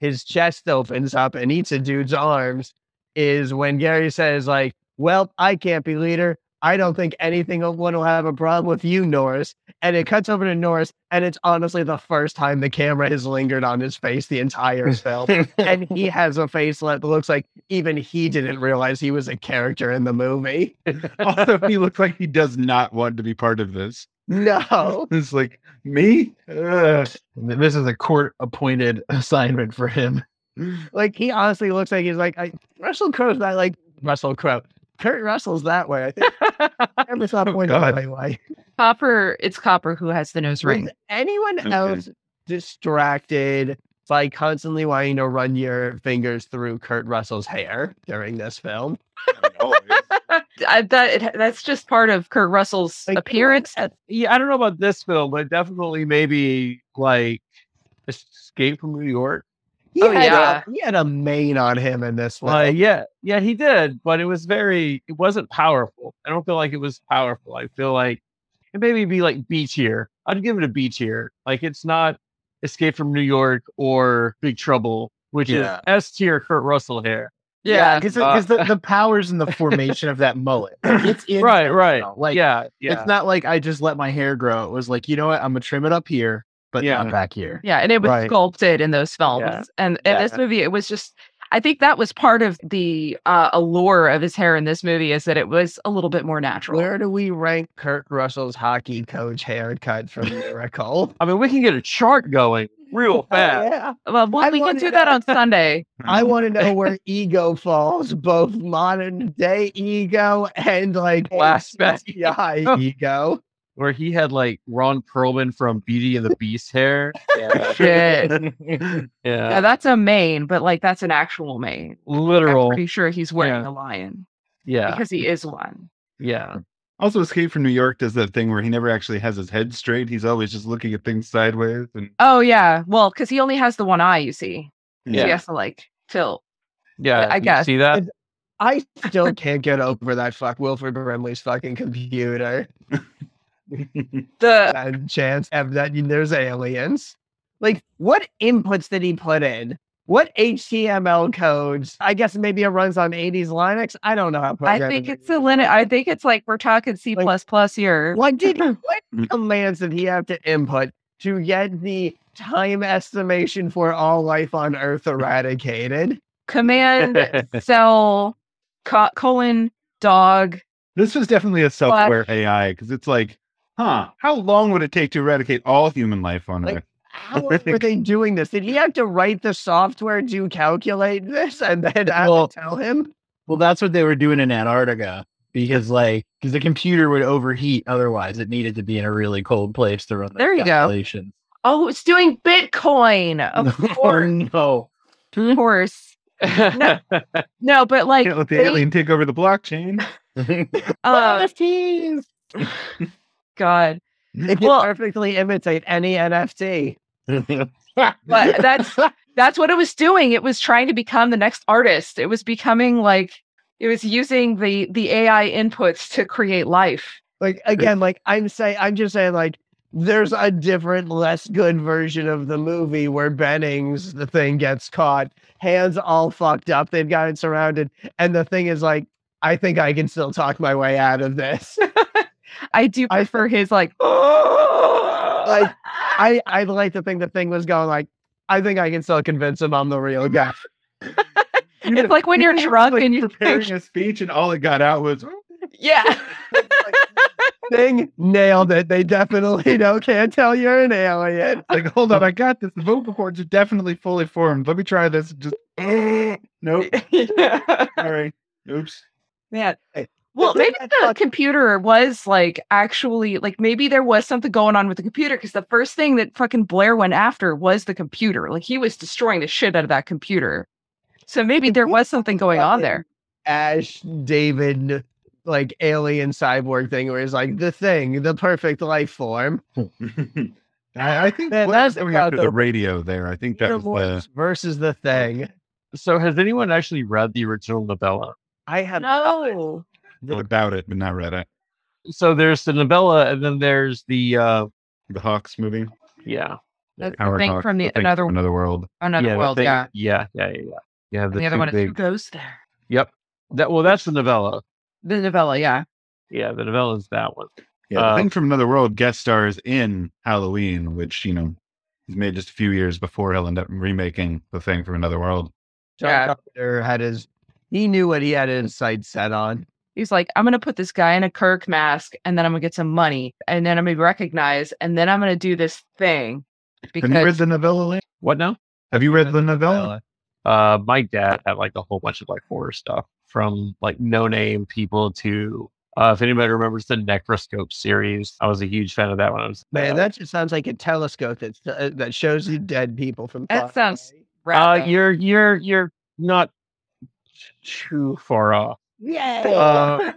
Speaker 4: his chest opens up and eats a dude's arms, is when Gary says, like, well, I can't be leader. I don't think anything one will have a problem with you, Norris. And it cuts over to Norris, and it's honestly the first time the camera has lingered on his face the entire film. and he has a face that looks like even he didn't realize he was a character in the movie.
Speaker 3: also, he looks like he does not want to be part of this.
Speaker 4: No.
Speaker 3: It's like me. Ugh.
Speaker 7: This is a court appointed assignment for him.
Speaker 4: Like he honestly looks like he's like I, Russell Crowe's not like Russell Crowe. Kurt Russell's that way. I think I never saw point
Speaker 3: God.
Speaker 4: that way.
Speaker 5: Copper, it's Copper who has the nose ring.
Speaker 4: Was anyone
Speaker 3: Okay.
Speaker 4: else distracted by constantly wanting to run your fingers through Kurt Russell's hair during this film?
Speaker 5: I, that it, that's just part of Kurt Russell's
Speaker 4: Like,
Speaker 5: appearance.
Speaker 6: Yeah, I don't know about this film, but definitely maybe like Escape from New York.
Speaker 4: He
Speaker 5: Oh,
Speaker 4: had
Speaker 5: yeah.
Speaker 4: a, he had a mane on him in this one.
Speaker 6: Like, yeah, yeah, he did, but it was very, it wasn't powerful. I don't feel like it was powerful. I feel like it maybe be like B tier. I'd give it a B tier. Like, it's not Escape from New York or Big Trouble, which
Speaker 7: Yeah.
Speaker 6: is S tier Kurt Russell hair.
Speaker 7: because
Speaker 6: uh,
Speaker 7: the, the power's in the formation of that mullet. Like, it's in,
Speaker 6: Right, right.
Speaker 7: Like,
Speaker 6: yeah, yeah.
Speaker 7: It's not like I just let my hair grow. It was like, you know what? I'm gonna trim it up here, but
Speaker 6: Yeah.
Speaker 7: not back here.
Speaker 5: Yeah, and it was
Speaker 4: Right.
Speaker 5: sculpted in those films.
Speaker 6: Yeah.
Speaker 5: And in this movie, it was just I think that was part of the uh, allure of his hair in this movie is that it was a little bit more natural.
Speaker 4: Where do we rank Kurt Russell's hockey coach haircut from Miracle? Oh,
Speaker 6: I mean, we can get a chart going real fast.
Speaker 4: yeah.
Speaker 5: Well, we-
Speaker 4: I
Speaker 5: we can
Speaker 4: wanted
Speaker 5: do that
Speaker 4: to-
Speaker 5: on Sunday.
Speaker 4: I want to know where ego falls, both modern day ego and like
Speaker 6: Flashback.
Speaker 4: AI ego.
Speaker 6: Where he had like Ron Perlman from Beauty and the Beast hair.
Speaker 5: Shit.
Speaker 6: Yeah.
Speaker 5: Yeah, that's a mane, but like that's an actual mane. I'm
Speaker 6: Literal.
Speaker 5: pretty sure he's wearing
Speaker 6: Yeah.
Speaker 5: a lion
Speaker 6: Yeah.
Speaker 5: because he is one.
Speaker 6: Yeah.
Speaker 3: Also, Escape from New York does that thing where he never actually has his head straight. He's always just looking at things sideways. And
Speaker 5: Oh yeah, well, because he only has the one eye. You see, So he
Speaker 6: Yeah.
Speaker 5: has to like tilt.
Speaker 6: Yeah.
Speaker 5: I
Speaker 6: you
Speaker 5: guess.
Speaker 6: See that?
Speaker 4: I still can't get over that fuck Wilford Brimley's fucking computer.
Speaker 5: The
Speaker 4: And chance of that there's aliens. Like, what inputs did he put in? What HTML codes? I guess maybe it runs on 80s Linux. I don't know how.
Speaker 5: I think it's a Linux. I think it's like we're talking C plus plus here.
Speaker 4: What did what commands did he have to input to get the time estimation for all life on Earth eradicated?
Speaker 5: Command cell co- colon dog.
Speaker 3: this was definitely a self-aware AI because it's like, huh, how long would it take to eradicate all human life on
Speaker 4: Like-
Speaker 3: Earth?
Speaker 4: How were they doing this? Did he have to write the software to calculate this and then I
Speaker 7: Well-
Speaker 4: would tell him?
Speaker 7: Well, that's what they were doing in Antarctica because, like, because the computer would overheat otherwise. It needed to be in a really cold place to run. the
Speaker 5: There you go.
Speaker 7: calculations.
Speaker 5: Oh, it's doing Bitcoin. Of
Speaker 7: Oh,
Speaker 5: course,
Speaker 7: no.
Speaker 5: of course. No, but like
Speaker 3: Can't let the
Speaker 5: they-
Speaker 3: alien take over the blockchain.
Speaker 5: uh,
Speaker 4: NFTs.
Speaker 5: God.
Speaker 4: They can
Speaker 5: well-
Speaker 4: perfectly imitate any NFT.
Speaker 5: But that's that's what it was doing. It was trying to become the next artist. It was becoming like it was using the the AI inputs to create life.
Speaker 4: Like again, like I'm saying, I'm just saying, like there's a different, less good version of the movie where Bennings, the thing gets caught, hands all fucked up, they've got it surrounded, and the thing is like, I think I can still talk my way out of this.
Speaker 5: I do
Speaker 4: I-
Speaker 5: prefer his like
Speaker 4: like I, I'd like to think the thing was going like, I think I can still convince him I'm the real guy.
Speaker 5: it's like when you're drunk and you're
Speaker 3: preparing a speech, and all it got out was,
Speaker 5: yeah.
Speaker 4: thing nailed it. They definitely don't can't tell you're an alien.
Speaker 3: like, hold on, I got this. The vocal cords are definitely fully formed. Let me try this. Just nope.
Speaker 5: yeah.
Speaker 3: Sorry. Oops.
Speaker 5: Man.
Speaker 4: Hey,
Speaker 5: Well,
Speaker 4: isn't
Speaker 5: maybe
Speaker 4: that
Speaker 5: the
Speaker 4: fuck-
Speaker 5: computer was like actually like maybe there was something going on with the computer because the first thing that fucking Blair went after was the computer. Like he was destroying the shit out of that computer. So maybe there
Speaker 4: we
Speaker 5: was something going on there.
Speaker 4: Ash David like alien cyborg thing where he's like the thing, the perfect life form.
Speaker 3: I, I think
Speaker 4: Man,
Speaker 3: what
Speaker 4: that's
Speaker 3: were we after the
Speaker 4: about the-
Speaker 3: radio there. I think that
Speaker 4: Peter
Speaker 3: was the
Speaker 4: Morris versus the thing.
Speaker 6: so, has anyone actually read the original novella?
Speaker 4: I have
Speaker 5: No.
Speaker 3: about it, but not read it.
Speaker 6: So, there's the novella, and then there's the uh,
Speaker 3: The Hawks movie.
Speaker 6: yeah,
Speaker 5: That's the
Speaker 3: Howard
Speaker 5: thing
Speaker 3: Hawks,
Speaker 5: from the
Speaker 3: thing
Speaker 5: another
Speaker 3: from another world.
Speaker 5: another
Speaker 6: yeah, the
Speaker 5: world.
Speaker 6: thing-
Speaker 5: Yeah.
Speaker 6: yeah, yeah, yeah, yeah. You have
Speaker 5: And
Speaker 6: the,
Speaker 5: the, other
Speaker 6: two
Speaker 5: one is who
Speaker 6: big-
Speaker 5: goes there.
Speaker 6: Yep. That well, that's the novella.
Speaker 5: The novella, yeah.
Speaker 6: Yeah, the novella is that one.
Speaker 3: Yeah, the
Speaker 6: Uh,
Speaker 3: thing from another world guest stars in Halloween, which you know he's made just a few years before he'll end up remaking the thing from another world.
Speaker 4: John
Speaker 5: Yeah.
Speaker 4: Carpenter had his he knew what he had his sights set on.
Speaker 5: He's like, I'm gonna put this guy in a Kirk mask and then I'm gonna get some money and then I'm gonna be recognized and then I'm gonna do this thing. Because
Speaker 3: Have you read the novella? Lane?
Speaker 6: What now?
Speaker 3: Have you read the novella?
Speaker 6: Uh, my dad had like a whole bunch of like horror stuff from like no name people to uh, if anybody remembers the Necroscope series, I was a huge fan of that when I was
Speaker 4: Man,
Speaker 6: uh,
Speaker 4: that just sounds like a telescope that uh, that shows you dead people from.
Speaker 5: That
Speaker 4: far
Speaker 5: sounds-
Speaker 4: away.
Speaker 5: Rather.
Speaker 6: Uh, you're you're you're not too far off.
Speaker 4: Yay!
Speaker 6: Uh,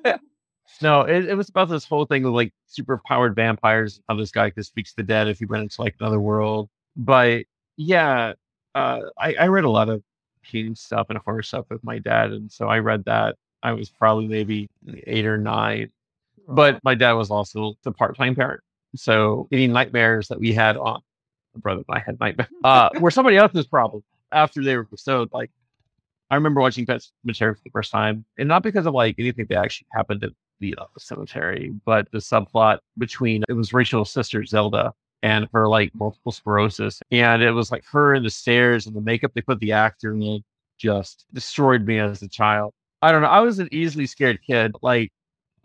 Speaker 6: no, it, it was about this whole thing with like super powered vampires, how this guy could speak to the dead if he went into like another world. But yeah, uh, I, I read a lot of painting stuff and horror stuff with my dad, and so I read that. I was probably maybe eight or nine, but my dad was also the part-time parent, so any nightmares that we had on my brother and I had nightmares uh, were somebody else's problem after they were bestowed. Like I remember watching Pet Cemetery for the first time, and not because of like anything that actually happened at the uh, cemetery, but the subplot between it was Rachel's sister Zelda and her like multiple sclerosis, and it was like her and the stairs and the makeup they put the actor in, just destroyed me as a child. I don't know. I was an easily scared kid. Like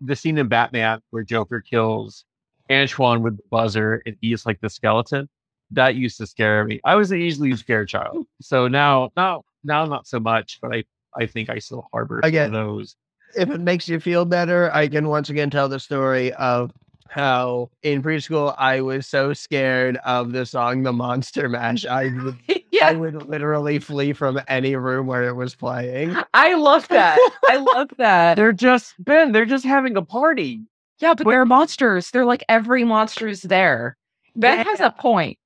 Speaker 6: the scene in Batman where Joker kills Antoine with the buzzer and he's like the skeleton. That used to scare me. I was an easily scared child. So now, now, now, not so much. But I, I think I still harbor
Speaker 4: I
Speaker 6: I
Speaker 4: get-
Speaker 6: those.
Speaker 4: if it makes you feel better, I can once again tell the story of how in preschool I was so scared of the song The Monster Mash. I would, I
Speaker 5: yeah,
Speaker 4: would literally flee from any room where it was playing.
Speaker 5: I love that. I love that.
Speaker 6: They're just Ben. They're just having a party.
Speaker 5: Yeah, but they're monsters. They're like every monster is there. Ben has a point.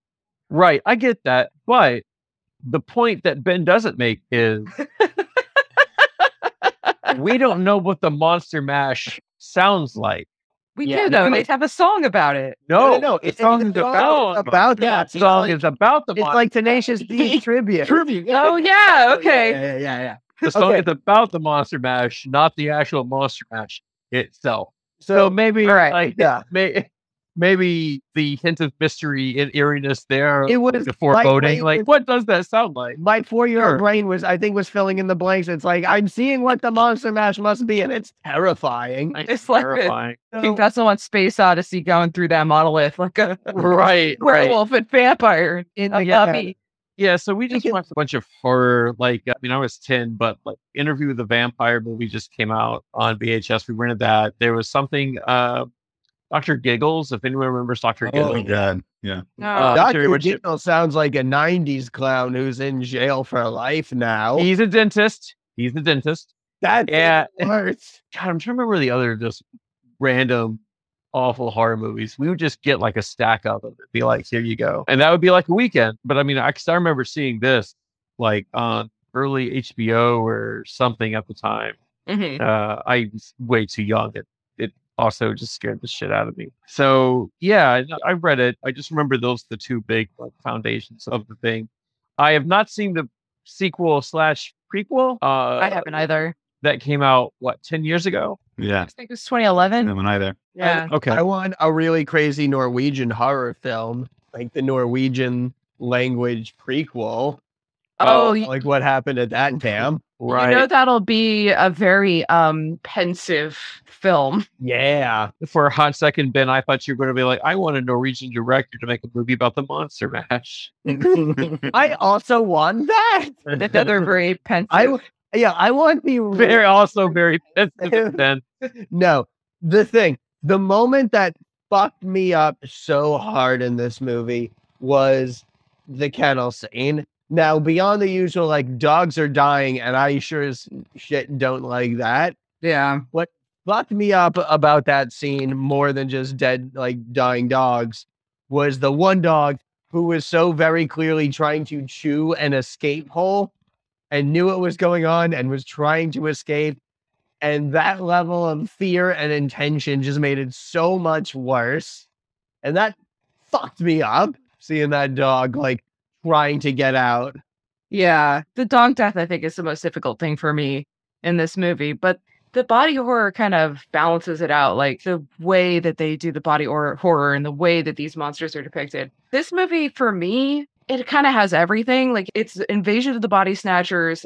Speaker 6: Right. I get that. But the point that Ben doesn't make is we don't know what the monster mash sounds like.
Speaker 5: We
Speaker 7: Yeah,
Speaker 5: do
Speaker 7: no,
Speaker 5: know.
Speaker 7: no.
Speaker 5: They have a song about it.
Speaker 6: No,
Speaker 4: no,
Speaker 6: the
Speaker 4: it's
Speaker 6: song is
Speaker 4: about,
Speaker 6: about
Speaker 4: about
Speaker 7: Yeah,
Speaker 4: that.
Speaker 6: the song is about the
Speaker 4: It's
Speaker 6: monster.
Speaker 4: like Tenacious D tribute.
Speaker 7: Tribute.
Speaker 5: Oh yeah. Okay.
Speaker 7: Yeah, yeah, yeah, yeah.
Speaker 6: the song
Speaker 4: okay.
Speaker 6: is about the monster mash, not the actual monster mash itself. So
Speaker 4: So
Speaker 6: maybe
Speaker 5: All right.
Speaker 6: like,
Speaker 4: yeah,
Speaker 6: may, maybe the hint of mystery and eeriness there
Speaker 4: It was
Speaker 6: the
Speaker 4: like
Speaker 6: foreboding.
Speaker 4: way-
Speaker 6: Like, what does that sound like?
Speaker 4: my four-year-old
Speaker 6: Sure.
Speaker 4: brain was, I think, was filling in the blanks. It's like I'm seeing what the Monster Mash must be, and it's terrifying.
Speaker 5: It's like a
Speaker 6: Terrifying.
Speaker 5: 2001 Space Odyssey going through that monolith like a
Speaker 6: right, right.
Speaker 5: werewolf and vampire in
Speaker 4: Oh,
Speaker 5: the
Speaker 4: yeah.
Speaker 5: puppy.
Speaker 6: Yeah, so we just
Speaker 4: it-
Speaker 6: watched a bunch of horror. Like, I mean, I was 10, but like Interview with the Vampire movie just came out on VHS. We rented that. There was something, uh, Dr. Giggles, if anyone remembers Dr.
Speaker 7: Oh,
Speaker 6: Giggles.
Speaker 7: God.
Speaker 5: No.
Speaker 6: Uh, I'm sure
Speaker 4: Dr.
Speaker 6: it would-
Speaker 4: Giggles sounds like a 90s clown who's in jail for life now.
Speaker 6: He's a dentist. He's a dentist.
Speaker 4: That's
Speaker 6: Yeah.
Speaker 4: worse.
Speaker 6: God, I'm trying to remember the other just random awful horror movies. We would just get like a stack of them and be like, here you go. And that would be like a weekend. But I mean, I, 'cause I remember seeing this like on early HBO or something at the time.
Speaker 5: Mhm.
Speaker 6: Uh, I was way too young. It, it also just scared the shit out of me. So yeah, I, I read it. I just remember those the two big like, foundations of the thing. I have not seen the sequel slash prequel. Uh,
Speaker 5: I haven't either.
Speaker 6: that came out what ten years ago.
Speaker 3: Yeah.
Speaker 5: I think it was 2011.
Speaker 3: No one either.
Speaker 5: Yeah.
Speaker 6: Okay.
Speaker 4: I want a really crazy Norwegian horror film, like the Norwegian language prequel.
Speaker 5: Oh, y-
Speaker 4: Like what happened at that camp.
Speaker 6: Right.
Speaker 5: you know that'll be a very um pensive film.
Speaker 4: Yeah.
Speaker 6: For a hot second, Ben, I thought you were going to be like, I want a Norwegian director to make a movie about the Monster Mash.
Speaker 4: I also want that.
Speaker 5: Another very pensive.
Speaker 4: I w- yeah, I want the
Speaker 6: Very, also very sensitive, Ben.
Speaker 4: No, the thing, the moment that fucked me up so hard in this movie was the kennel scene. Now, beyond the usual, like dogs are dying, and I sure as shit don't like that.
Speaker 5: yeah.
Speaker 4: Fucked me up about that scene more than just dead, like dying dogs, was the one dog who was so very clearly trying to chew an escape hole and knew what was going on and was trying to escape. And that level of fear and intention just made it so much worse. And that fucked me up seeing that dog like trying to get out.
Speaker 5: Yeah. The dog death, I think, is the most difficult thing for me in this movie. But the body horror kind of balances it out. Like the way that they do the body or- horror and the way that these monsters are depicted. This movie, for me, it kind of has everything. Like it's Invasion of the Body Snatchers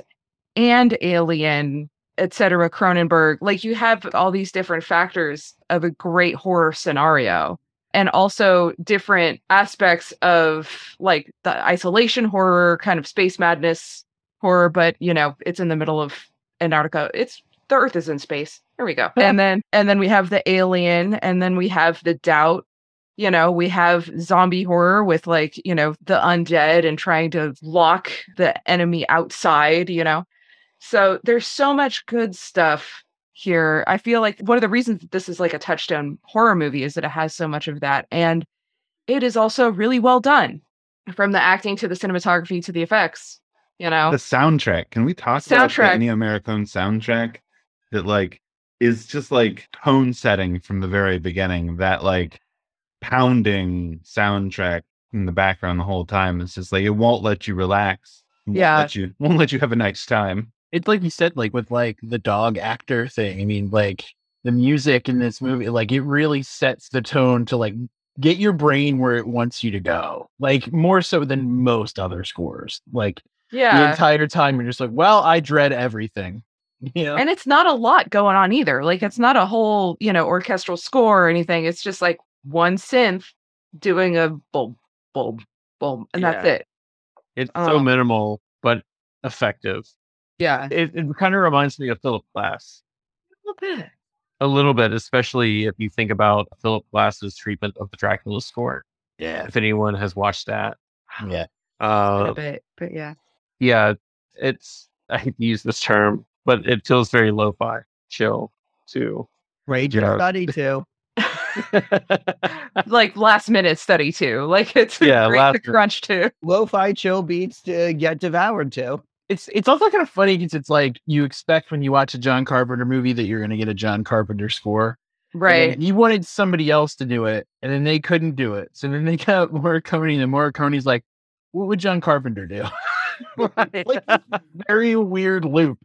Speaker 5: and Alien, et cetera, Cronenberg. Like you have all these different factors of a great horror scenario. and also different aspects of like the isolation horror, kind of space madness horror, but you know, it's in the middle of Antarctica. It's the Earth is in space. There we go. and then and then we have the alien, and then we have the doubt. You know, we have zombie horror with like, you know, the undead and trying to lock the enemy outside, you know. So there's so much good stuff here. I feel like one of the reasons that this is like a touchstone horror movie is that it has so much of that. And it is also really well done from the acting to the cinematography to the effects, you know?
Speaker 3: The soundtrack. Can we talk about
Speaker 5: Soundtrack.
Speaker 3: the Neo Americone soundtrack that like is just like tone setting from the very beginning? That like pounding soundtrack in the background the whole time. It's just like it won't let you relax. It won't
Speaker 5: Yeah.
Speaker 3: let you won't let you have a nice time.
Speaker 7: it's like you said, like with like the dog actor thing. I mean, like the music in this movie, like it really sets the tone to like get your brain where it wants you to go. Like more so than most other scores. Like the
Speaker 5: yeah.
Speaker 7: entire time. You're just like, well, I dread everything. Yeah.
Speaker 5: and it's not a lot going on either. Like it's not a whole, you know, orchestral score or anything. It's just like one synth doing a boom, boom, boom, and that's
Speaker 6: Yeah.
Speaker 5: it.
Speaker 6: It's so
Speaker 5: Um,
Speaker 6: minimal but effective.
Speaker 5: Yeah,
Speaker 6: It, it kind of reminds me of Philip Glass
Speaker 5: a little bit.
Speaker 6: a little bit, especially if you think about Philip Glass's treatment of the Dracula score.
Speaker 7: yeah.
Speaker 6: If anyone has watched that,
Speaker 7: Yeah.
Speaker 5: A
Speaker 6: uh,
Speaker 5: little bit, but yeah.
Speaker 6: yeah, it's I hate to use this term, but it feels very lo-fi, chill too.
Speaker 4: Rage
Speaker 6: Yeah.
Speaker 4: study too.
Speaker 5: like last minute study too. Like it's
Speaker 6: Yeah,
Speaker 5: yeah, great
Speaker 6: last
Speaker 5: to
Speaker 6: minute.
Speaker 5: crunch too.
Speaker 4: Lo-fi chill beats to get devoured to.
Speaker 7: It's it's also kind of funny because it's like you expect when you watch a John Carpenter movie that you're gonna get a John Carpenter score. And then
Speaker 5: Right.
Speaker 7: You wanted somebody else to do it, and then they couldn't do it. So then they got Morricone, and Morricone's like, what would John Carpenter do?
Speaker 5: Right.
Speaker 7: like this very weird loop.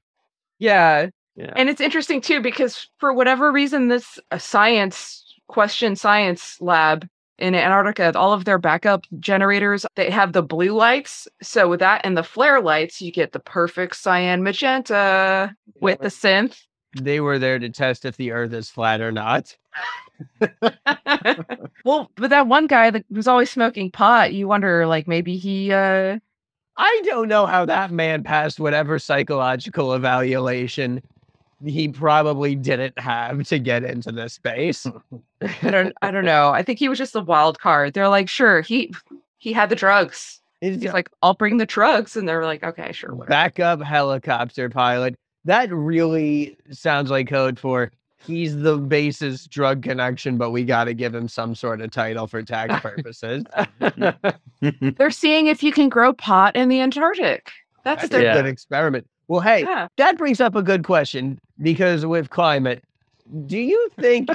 Speaker 5: Yeah.
Speaker 6: Yeah.
Speaker 5: And it's interesting too because for whatever reason, this uh, science question science lab in Antarctica, all of their backup generators, they have the blue lights. So with that and the flare lights, you get the perfect cyan magenta with the synth.
Speaker 4: They were there to test if the earth is flat or not.
Speaker 5: well, but that one guy that was always smoking pot, you wonder like maybe he uh
Speaker 4: I don't know how that man passed whatever psychological evaluation he probably didn't have to get into this space.
Speaker 5: I don't I don't know. I think he was just a wild card. They're like, sure, he he had the drugs.
Speaker 4: It's
Speaker 5: He's like, I'll bring the drugs. And they're like, okay, sure, whatever.
Speaker 4: backup helicopter pilot. That really sounds like code for he's the basis drug connection, but we got to give him some sort of title for tax purposes.
Speaker 5: They're seeing if you can grow pot in the Antarctic. That's
Speaker 4: That's
Speaker 5: their
Speaker 4: a
Speaker 6: Yeah.
Speaker 4: good experiment. Well, hey,
Speaker 5: yeah.
Speaker 4: that brings up a good question because with climate, do you think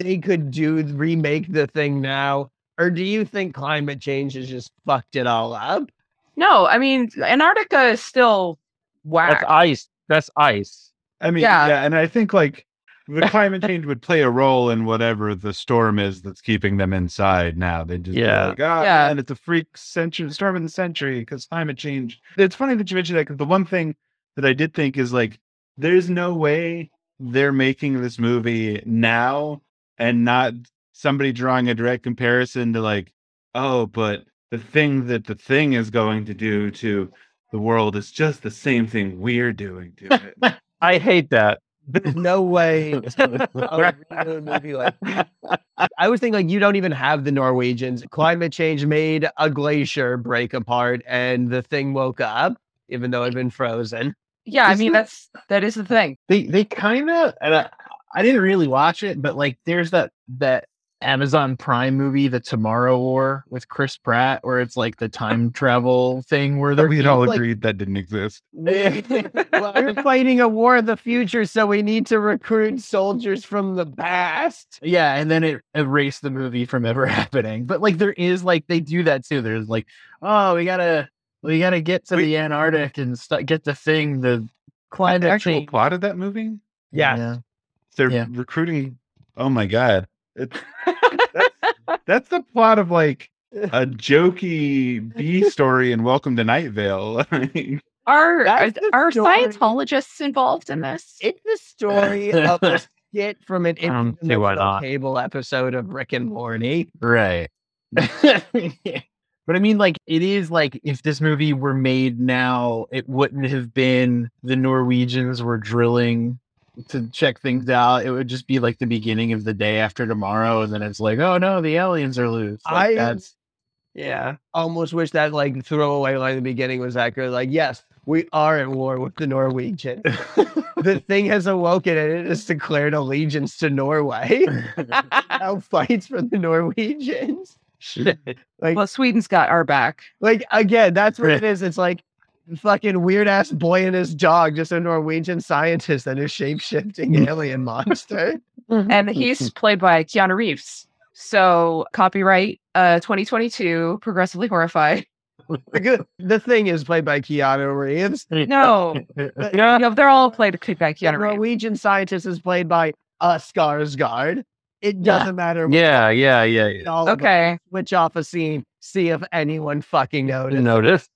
Speaker 4: they could do remake the thing now? Or do you think climate change has just fucked it all up?
Speaker 5: No, I mean Antarctica is still
Speaker 6: That's
Speaker 5: whack.
Speaker 6: ice. That's ice.
Speaker 3: I mean, yeah.
Speaker 5: Yeah.
Speaker 3: and I think like the climate change would play a role in whatever the storm is that's keeping them inside now. They just be
Speaker 6: Yeah.
Speaker 3: like, ah,
Speaker 5: Yeah.
Speaker 3: and it's a freak century storm of the century because climate change. It's funny that you mentioned that because the one thing that I did think is like, there's no way they're making this movie now and not somebody drawing a direct comparison to like, oh, but the thing that the thing is going to do to the world is just the same thing we're doing to it.
Speaker 6: I hate that.
Speaker 4: There's no way a real movie like I was thinking like you don't even have the Norwegians. Climate change made a glacier break apart and the thing woke up, even though it'd been frozen.
Speaker 5: yeah, I mean
Speaker 7: Isn't it-
Speaker 5: that's that is the thing.
Speaker 7: They they kind of and I, I didn't really watch it, but like there's that that Amazon Prime movie, The Tomorrow War with Chris Pratt, where it's like the time travel thing where they're
Speaker 3: We'd all
Speaker 7: like,
Speaker 3: agreed that didn't exist.
Speaker 7: well, I mean,
Speaker 4: We're fighting a war of the future, so we need to recruit soldiers from the past.
Speaker 7: yeah, and then it erased the movie from ever happening. But like there is like they do that too. There's like, oh, we gotta we gotta get to
Speaker 3: Wait.
Speaker 7: the Antarctic and st- get the thing, the climate
Speaker 3: the actual
Speaker 7: change.
Speaker 3: plot of that movie?
Speaker 4: Yeah.
Speaker 3: They're
Speaker 7: Yeah.
Speaker 3: recruiting. Oh my god, it's, that's, that's the plot of like a jokey B story in Welcome to Night Vale.
Speaker 5: Are are,
Speaker 4: That's the
Speaker 5: are
Speaker 4: story.
Speaker 5: Scientologists involved in this?
Speaker 4: It's the story of a skit from an
Speaker 6: I don't see why
Speaker 4: interdimensional
Speaker 6: not.
Speaker 4: cable episode of Rick and Morty.
Speaker 7: Right. But I mean, like, it is like if this movie were made now, it wouldn't have been the Norwegians were drilling to check things out. It would just be like the beginning of the day after tomorrow. And then it's like, oh no, the aliens are loose. Like,
Speaker 4: I-
Speaker 7: that's
Speaker 4: Yeah. Almost wish that like throwaway line in the beginning was accurate. Like, yes, we are at war with the Norwegian. the thing has awoken and it has declared allegiance to Norway. now fights for the Norwegians. Like,
Speaker 5: Well, Sweden's got our back.
Speaker 4: like again, that's what it is. It's like fucking weird ass boy and his dog, just a Norwegian scientist and a shape shifting alien monster.
Speaker 5: and
Speaker 4: Mm-hmm.
Speaker 5: he's played by Keanu Reeves. So copyright uh 2022 progressively horrified.
Speaker 4: The good- the thing is played by Keanu Reeves.
Speaker 5: No. no, they're all played played by
Speaker 4: The
Speaker 5: Keanu Reeves.
Speaker 4: Norwegian scientist is played by a Skarsgård. It
Speaker 5: Yeah.
Speaker 4: doesn't matter. what
Speaker 6: Yeah, yeah, yeah. yeah.
Speaker 4: all of us
Speaker 5: Okay.
Speaker 4: switch off a scene, see if anyone fucking noticed.
Speaker 6: Noticed.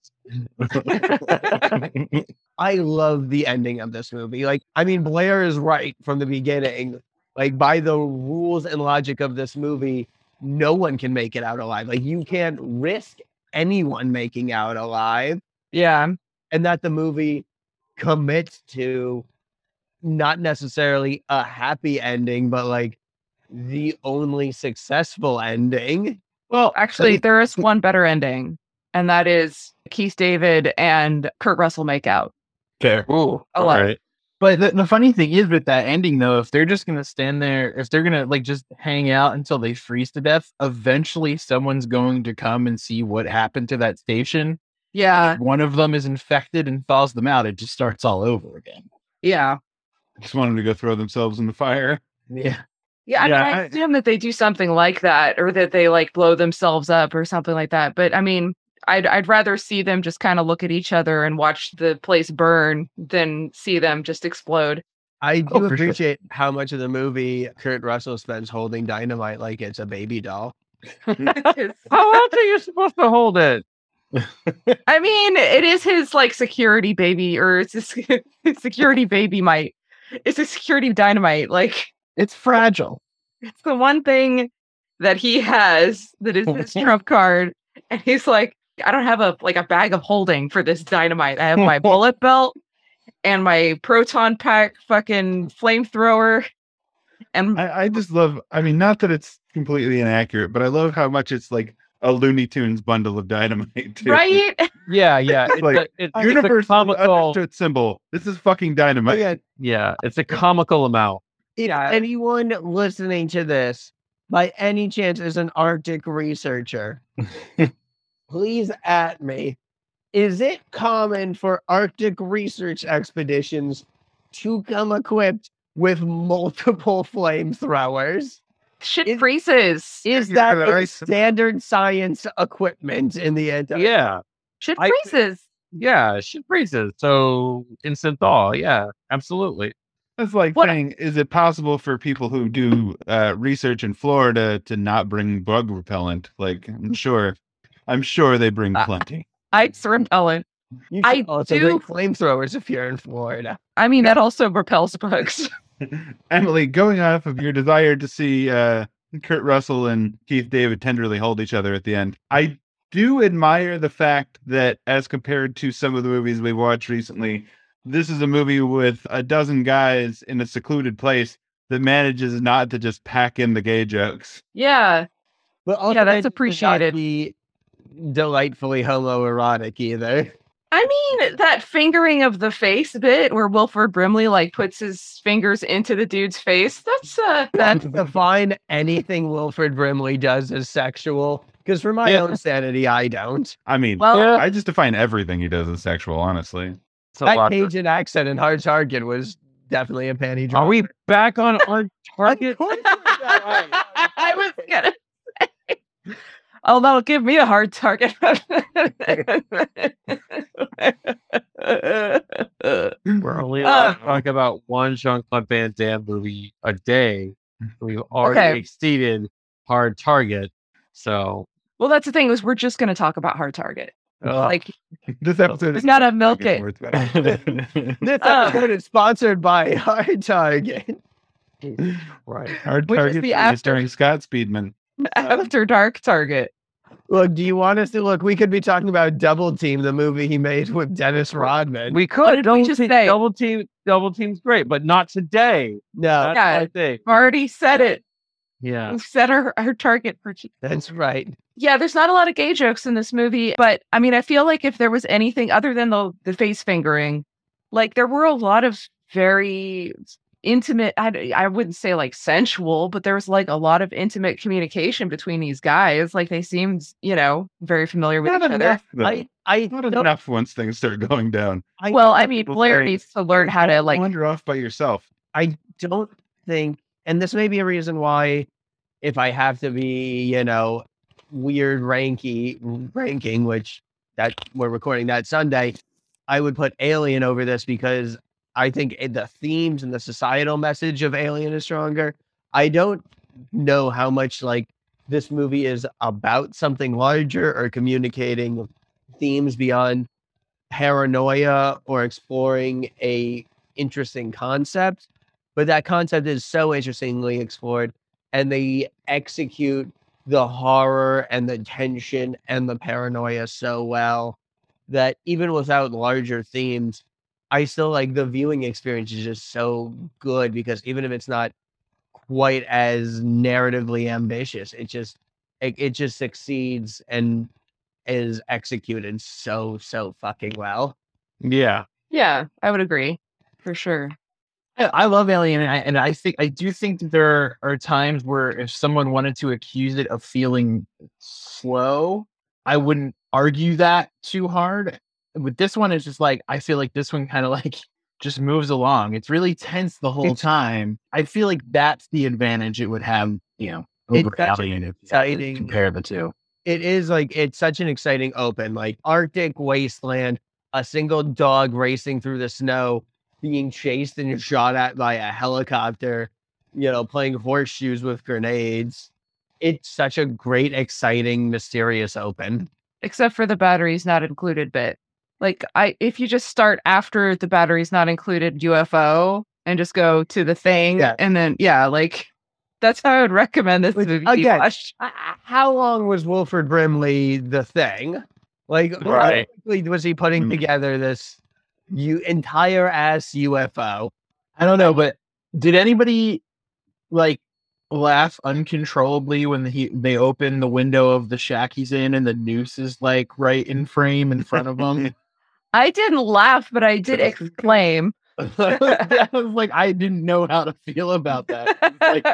Speaker 4: I love the ending of this movie. Like, I mean, Blair is right from the beginning. Like, by the rules and logic of this movie, no one can make it out alive. Like, you can't risk anyone making out alive,
Speaker 5: Yeah.
Speaker 4: and that the movie commits to not necessarily a happy ending, but like the only successful ending.
Speaker 5: Well, actually, there is one better ending, and that is Keith David and Kurt Russell make out.
Speaker 7: Fair.
Speaker 5: Ooh, I
Speaker 6: All
Speaker 5: love it.
Speaker 6: right.
Speaker 7: But the, the funny thing is with that ending, though, if they're just gonna stand there, if they're gonna like just hang out until they freeze to death, eventually someone's going to come and see what happened to that station.
Speaker 5: Yeah,
Speaker 7: One of them is infected and files them out. It just starts all over again.
Speaker 5: yeah,
Speaker 3: Just wanted to go throw themselves in the fire.
Speaker 7: Yeah.
Speaker 5: yeah. I,
Speaker 3: Yeah,
Speaker 5: mean, I
Speaker 3: I-
Speaker 5: assume that they do something like that, or that they like blow themselves up or something like that. But I mean, I'd I'd rather see them just kind of look at each other and watch the place burn than see them just explode.
Speaker 4: I do
Speaker 7: Oh, for sure.
Speaker 4: appreciate how much of the movie Kurt Russell spends holding dynamite like it's a baby doll.
Speaker 6: How else are you supposed to hold it?
Speaker 5: I mean, it is his like security baby, or it's his his security baby might. It's a security dynamite. Like
Speaker 7: It's fragile.
Speaker 5: it's the one thing that he has that is his trump card, and he's like, I don't have a like a bag of holding for this dynamite. I have my bullet belt and my proton pack, fucking flamethrower, and
Speaker 3: I, I just love. I mean, not that it's completely inaccurate, but I love how much it's like a Looney Tunes bundle of dynamite. Too.
Speaker 5: right.
Speaker 6: Yeah, yeah. It's
Speaker 3: Like,
Speaker 6: a- it- it's a
Speaker 3: Universally
Speaker 6: comical-
Speaker 3: understood symbol. This is fucking dynamite.
Speaker 4: Again,
Speaker 6: Yeah, it's a comical amount.
Speaker 4: if
Speaker 5: Yeah.
Speaker 4: anyone listening to this by any chance is an Arctic researcher, please at me. Is it common for Arctic research expeditions to come equipped with multiple flamethrowers?
Speaker 5: Shit
Speaker 4: Is-
Speaker 5: freezes.
Speaker 4: Is
Speaker 3: Yeah,
Speaker 4: that
Speaker 3: that
Speaker 4: the
Speaker 3: right.
Speaker 4: standard science equipment in the Antarctic?
Speaker 6: Yeah,
Speaker 5: Shit
Speaker 6: I-
Speaker 5: freezes.
Speaker 6: yeah. She freezes, so instant thaw. Yeah, absolutely.
Speaker 3: That's like
Speaker 5: What-
Speaker 3: saying, is it possible for people who do uh, research in Florida to not bring bug repellent? Like, I'm sure, I'm sure they bring
Speaker 5: Uh,
Speaker 3: plenty.
Speaker 5: Ice repellent.
Speaker 4: You
Speaker 5: I
Speaker 4: should also
Speaker 5: do-
Speaker 4: bring flamethrowers if you're in Florida.
Speaker 5: I mean, that also repels bugs.
Speaker 3: Emily, going off of your desire to see uh, Kurt Russell and Keith David tenderly hold each other at the end, I do admire the fact that, as compared to some of the movies we've watched recently, this is a movie with a dozen guys in a secluded place that manages not to just pack in the gay jokes.
Speaker 5: yeah.
Speaker 4: But also
Speaker 5: Yeah, that's
Speaker 4: it should not
Speaker 5: appreciated.
Speaker 4: Be delightfully homoerotic either.
Speaker 5: I mean, that fingering of the face bit where Wilford Brimley like puts his fingers into the dude's face. That's uh that
Speaker 4: That's define anything Wilfred Brimley does as sexual. Because for my
Speaker 6: Yeah.
Speaker 4: own sanity, I don't.
Speaker 3: I mean,
Speaker 5: well
Speaker 6: Yeah.
Speaker 3: I just define everything he does as sexual, honestly.
Speaker 6: It's a
Speaker 4: that
Speaker 6: lot.
Speaker 4: Cajun accent in Hard Target was definitely a panty drop.
Speaker 6: Are we back on our target?
Speaker 5: I was gonna say. Oh, that'll give me a hard target.
Speaker 6: We're only
Speaker 5: Uh.
Speaker 6: allowed to talk about one Jean Claude Van Damme movie a day. We've already
Speaker 5: Okay.
Speaker 6: exceeded hard target. So
Speaker 5: well, that's the thing is we're just gonna talk about hard target.
Speaker 6: uh,
Speaker 5: Like
Speaker 3: This episode
Speaker 5: there's
Speaker 3: is
Speaker 5: not a milk
Speaker 3: fucking
Speaker 5: it.
Speaker 3: worth better.
Speaker 7: That's
Speaker 4: This
Speaker 5: Uh.
Speaker 4: episode is sponsored by Hard Target.
Speaker 6: right.
Speaker 3: Hard
Speaker 5: Which is
Speaker 3: target
Speaker 5: the
Speaker 3: for
Speaker 5: after-
Speaker 3: is starring Scott Speedman.
Speaker 5: After dark target.
Speaker 4: Look, do you want us to look? We could be talking about Double Team, the movie he made with Dennis Rodman.
Speaker 6: We
Speaker 5: What
Speaker 6: could
Speaker 5: did we
Speaker 6: double
Speaker 5: just
Speaker 6: team,
Speaker 5: say?
Speaker 6: double team. Double team's great, but not today.
Speaker 4: no,
Speaker 6: That's
Speaker 5: yeah.
Speaker 6: my thing.
Speaker 5: Marty said it.
Speaker 6: Yeah.
Speaker 5: We set our, our target for
Speaker 4: that's right.
Speaker 5: Yeah, there's not a lot of gay jokes in this movie, but I mean, I feel like if there was anything other than the the face fingering, like there were a lot of very intimate. I d- I wouldn't say like sensual, but there was like a lot of intimate communication between these guys. Like they seemed, you know, very familiar with
Speaker 3: Not
Speaker 5: each other.
Speaker 3: enough, though.
Speaker 4: I, I
Speaker 3: not
Speaker 4: don't-
Speaker 3: enough once things start going down.
Speaker 4: I-
Speaker 5: well, I mean,
Speaker 3: people
Speaker 5: Blair
Speaker 3: say-
Speaker 5: needs to learn how to like.
Speaker 3: wander off by yourself.
Speaker 4: I don't think, and this may be a reason why, if I have to be, you know, weird ranky ranking, which that we're recording that Sunday, I would put Alien over this because I think i- the themes and the societal message of Alien is stronger. I don't know how much like this movie is about something larger or communicating themes beyond paranoia or exploring a interesting concept, but that concept is so interestingly explored, and they execute the horror and the tension and the paranoia so well that even without larger themes, I still like the viewing experience is just so good because even if it's not quite as narratively ambitious, it just it, it just succeeds and is executed so so fucking well.
Speaker 7: Yeah.
Speaker 5: Yeah, I would agree for sure.
Speaker 7: I I love Alien, and I, and I think I do think that there are times where if someone wanted to accuse it of feeling slow, I wouldn't argue that too hard. With this one, it's just like I feel like this one kind of like just moves along. It's really tense the whole
Speaker 4: It's-
Speaker 7: time. I feel like that's the advantage it would have, you know,
Speaker 4: It's
Speaker 7: over
Speaker 4: such an
Speaker 7: Alien if
Speaker 4: exciting-
Speaker 7: you compare the two.
Speaker 4: It is like it's such an exciting open, like Arctic wasteland, a single dog racing through the snow, being chased and shot at by a helicopter, you know, playing horseshoes with grenades. It's such a great, exciting, mysterious open.
Speaker 5: except for the batteries not included bit. Like I if you just start after the batteries not included UFO and just go to the thing
Speaker 7: Yeah.
Speaker 5: and then yeah, like that's how I would recommend this
Speaker 4: Which,
Speaker 5: movie. be
Speaker 4: again,
Speaker 5: watched.
Speaker 4: I- I- how long was Wilfred Brimley the thing? Like, how
Speaker 6: Right.
Speaker 4: quickly was he putting
Speaker 3: Mm.
Speaker 4: together this you entire ass UFO?
Speaker 7: I don't know, but did anybody like laugh uncontrollably when he they open the window of the shack he's in and the noose is like right in frame in front of him?
Speaker 5: I didn't laugh, but I did exclaim.
Speaker 7: I was like, I didn't know how to feel about that. Like,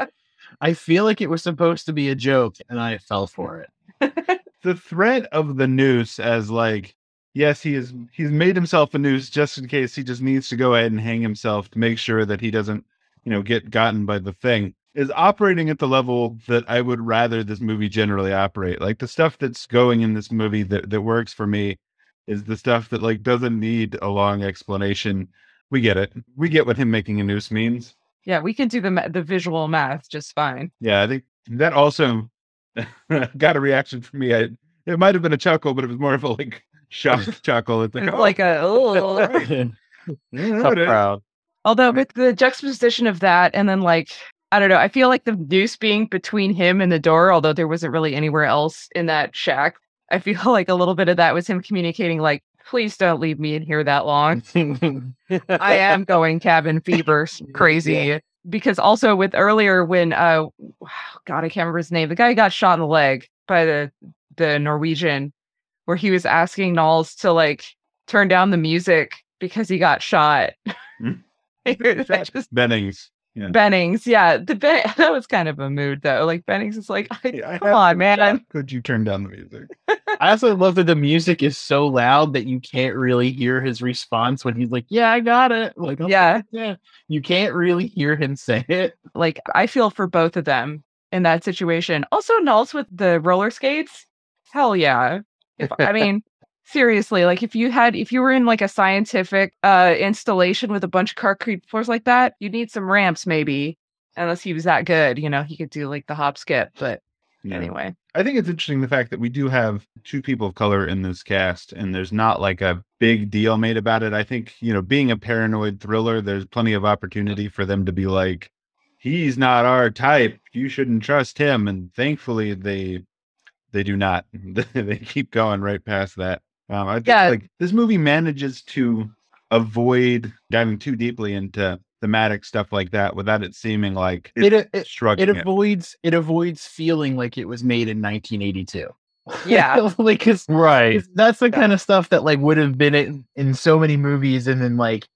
Speaker 7: I feel like it was supposed to be a joke, and I fell for it.
Speaker 3: the threat of the noose as like yes he is he's made himself a noose just in case he just needs to go ahead and hang himself to make sure that he doesn't you know get gotten by the thing is operating at the level that I would rather this movie generally operate like the stuff that's going in this movie that that works for me is the stuff that like doesn't need a long explanation we get it we get what him making a noose means
Speaker 5: yeah, we can do the ma- the visual math just fine.
Speaker 3: yeah, I think that also got a reaction from me. I, it might have been a chuckle, but it was more of a like shocked chuckle. It's like,
Speaker 5: It's
Speaker 3: oh,
Speaker 5: like a "Oh."
Speaker 3: yeah,
Speaker 6: Tough
Speaker 3: it is.
Speaker 6: crowd.
Speaker 5: Although with the juxtaposition of that and then like I don't know, I feel like the noose being between him and the door, although there wasn't really anywhere else in that shack. I feel like a little bit of that was him communicating like, please don't leave me in here that long. I am going cabin fever s- crazy. Because also with earlier when uh God, I can't remember his name. The guy who got shot in the leg by the the Norwegian, where he was asking Knowles to like turn down the music because he got shot.
Speaker 3: Mm.
Speaker 5: I just
Speaker 3: Bennings.
Speaker 5: Bennings, yeah, the ben- that was kind of a mood though. Like Bennings is like, I,
Speaker 3: Yeah, I
Speaker 5: come
Speaker 3: have
Speaker 5: on, man, I'm
Speaker 3: Could you turn down the music?
Speaker 7: I also love that the music is so loud that you can't really hear his response when he's like, "Yeah, I got it." Like, "Okay,
Speaker 5: yeah,
Speaker 7: yeah, you can't really hear him say it.
Speaker 5: like I feel for both of them in that situation. Also, Nulls with the roller skates, hell yeah. If I mean, seriously, like if you had, if you were in like a scientific uh installation with a bunch of concrete floors like that, you'd need some ramps maybe. Unless he was that good, you know, he could do like the hop skip. But
Speaker 3: Yeah.
Speaker 5: anyway,
Speaker 3: I think it's interesting the fact that we do have two people of color in this cast, and there's not like a big deal made about it. I think, you know, being a paranoid thriller, there's plenty of opportunity for them to be like, he's not our type. You shouldn't trust him. And thankfully, they they do not. they keep going right past that. Um, I think
Speaker 5: Yeah.
Speaker 3: like this movie manages to avoid diving too deeply into thematic stuff like that without it seeming like
Speaker 7: It-
Speaker 3: it's
Speaker 7: it-
Speaker 3: shrugging
Speaker 7: It
Speaker 3: it.
Speaker 7: avoids it avoids feeling like it was made in 1982.
Speaker 5: yeah,
Speaker 7: like 'cause-
Speaker 6: Right.
Speaker 7: 'cause that's the kind of stuff that like would have been in, in so many movies, and then like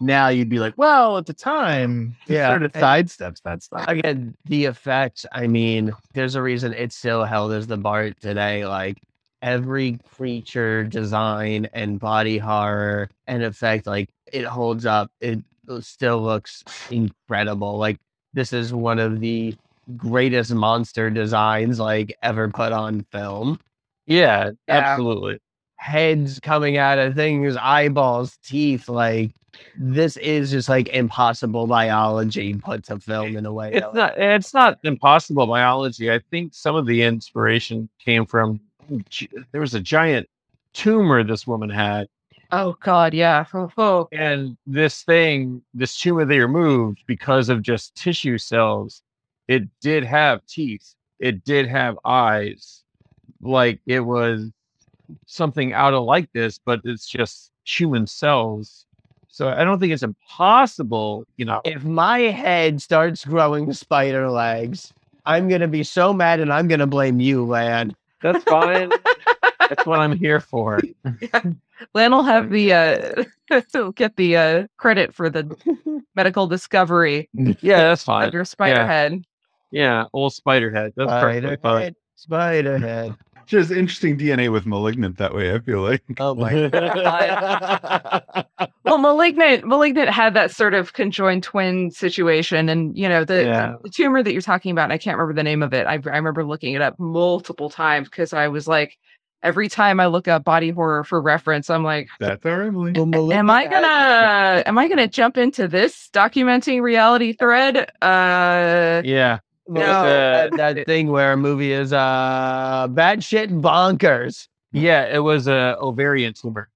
Speaker 7: now you'd be like, well, at the time, it
Speaker 4: Yeah,
Speaker 7: sort of
Speaker 4: I-
Speaker 7: sidesteps that stuff.
Speaker 4: Again, the effects, I mean, there's a reason it's still held as the bar today. Like every creature design and body horror and effect, like it holds up. It uh, still looks incredible. Like this is one of the greatest monster designs like ever put on film.
Speaker 6: Yeah,
Speaker 5: Yeah.
Speaker 6: absolutely.
Speaker 4: heads coming out of things, eyeballs, teeth. Like this is just like impossible biology put to film in a way. that,
Speaker 6: It's not it's not impossible biology. I think some of the hmm, inspiration came from gi- there was a giant tumor this woman had
Speaker 5: Oh God, yeah. Oh, oh.
Speaker 6: And this thing, this tumor they removed because of just tissue cells, it did have teeth. It did have eyes. Like it was something out of like this, but it's just human cells. So I don't think it's impossible, you know.
Speaker 4: If my head starts growing spider legs, I'm gonna be so mad, and I'm gonna blame you, Lan.
Speaker 6: That's fine. That's what I'm here for.
Speaker 5: Lan will have the uh, he'll get the uh, credit for the medical discovery
Speaker 6: Yeah, that's
Speaker 5: of
Speaker 6: fine.
Speaker 5: your spider
Speaker 6: yeah.
Speaker 5: head.
Speaker 6: Yeah, old Spiderhead. That's perfectly fine.
Speaker 4: Spiderhead, Spiderhead.
Speaker 3: Just interesting DNA with malignant that way, I feel like.
Speaker 4: Oh my god.
Speaker 5: Well, malignant, malignant had that sort of conjoined twin situation, and you know the,
Speaker 6: Yeah.
Speaker 5: the tumor that you're talking about. and I can't remember the name of it. I, I remember looking it up multiple times because I was like, every time I look up body horror for reference, I'm like,
Speaker 3: That's our Emily.
Speaker 4: Well,
Speaker 5: am
Speaker 4: malignant
Speaker 5: I gonna
Speaker 4: has-
Speaker 5: am I gonna jump into this documenting reality thread? Uh,
Speaker 6: Yeah.
Speaker 4: No,
Speaker 5: No.
Speaker 4: that, that thing where a movie is uh bad shit bonkers.
Speaker 6: Yeah, it was a ovarian tumor.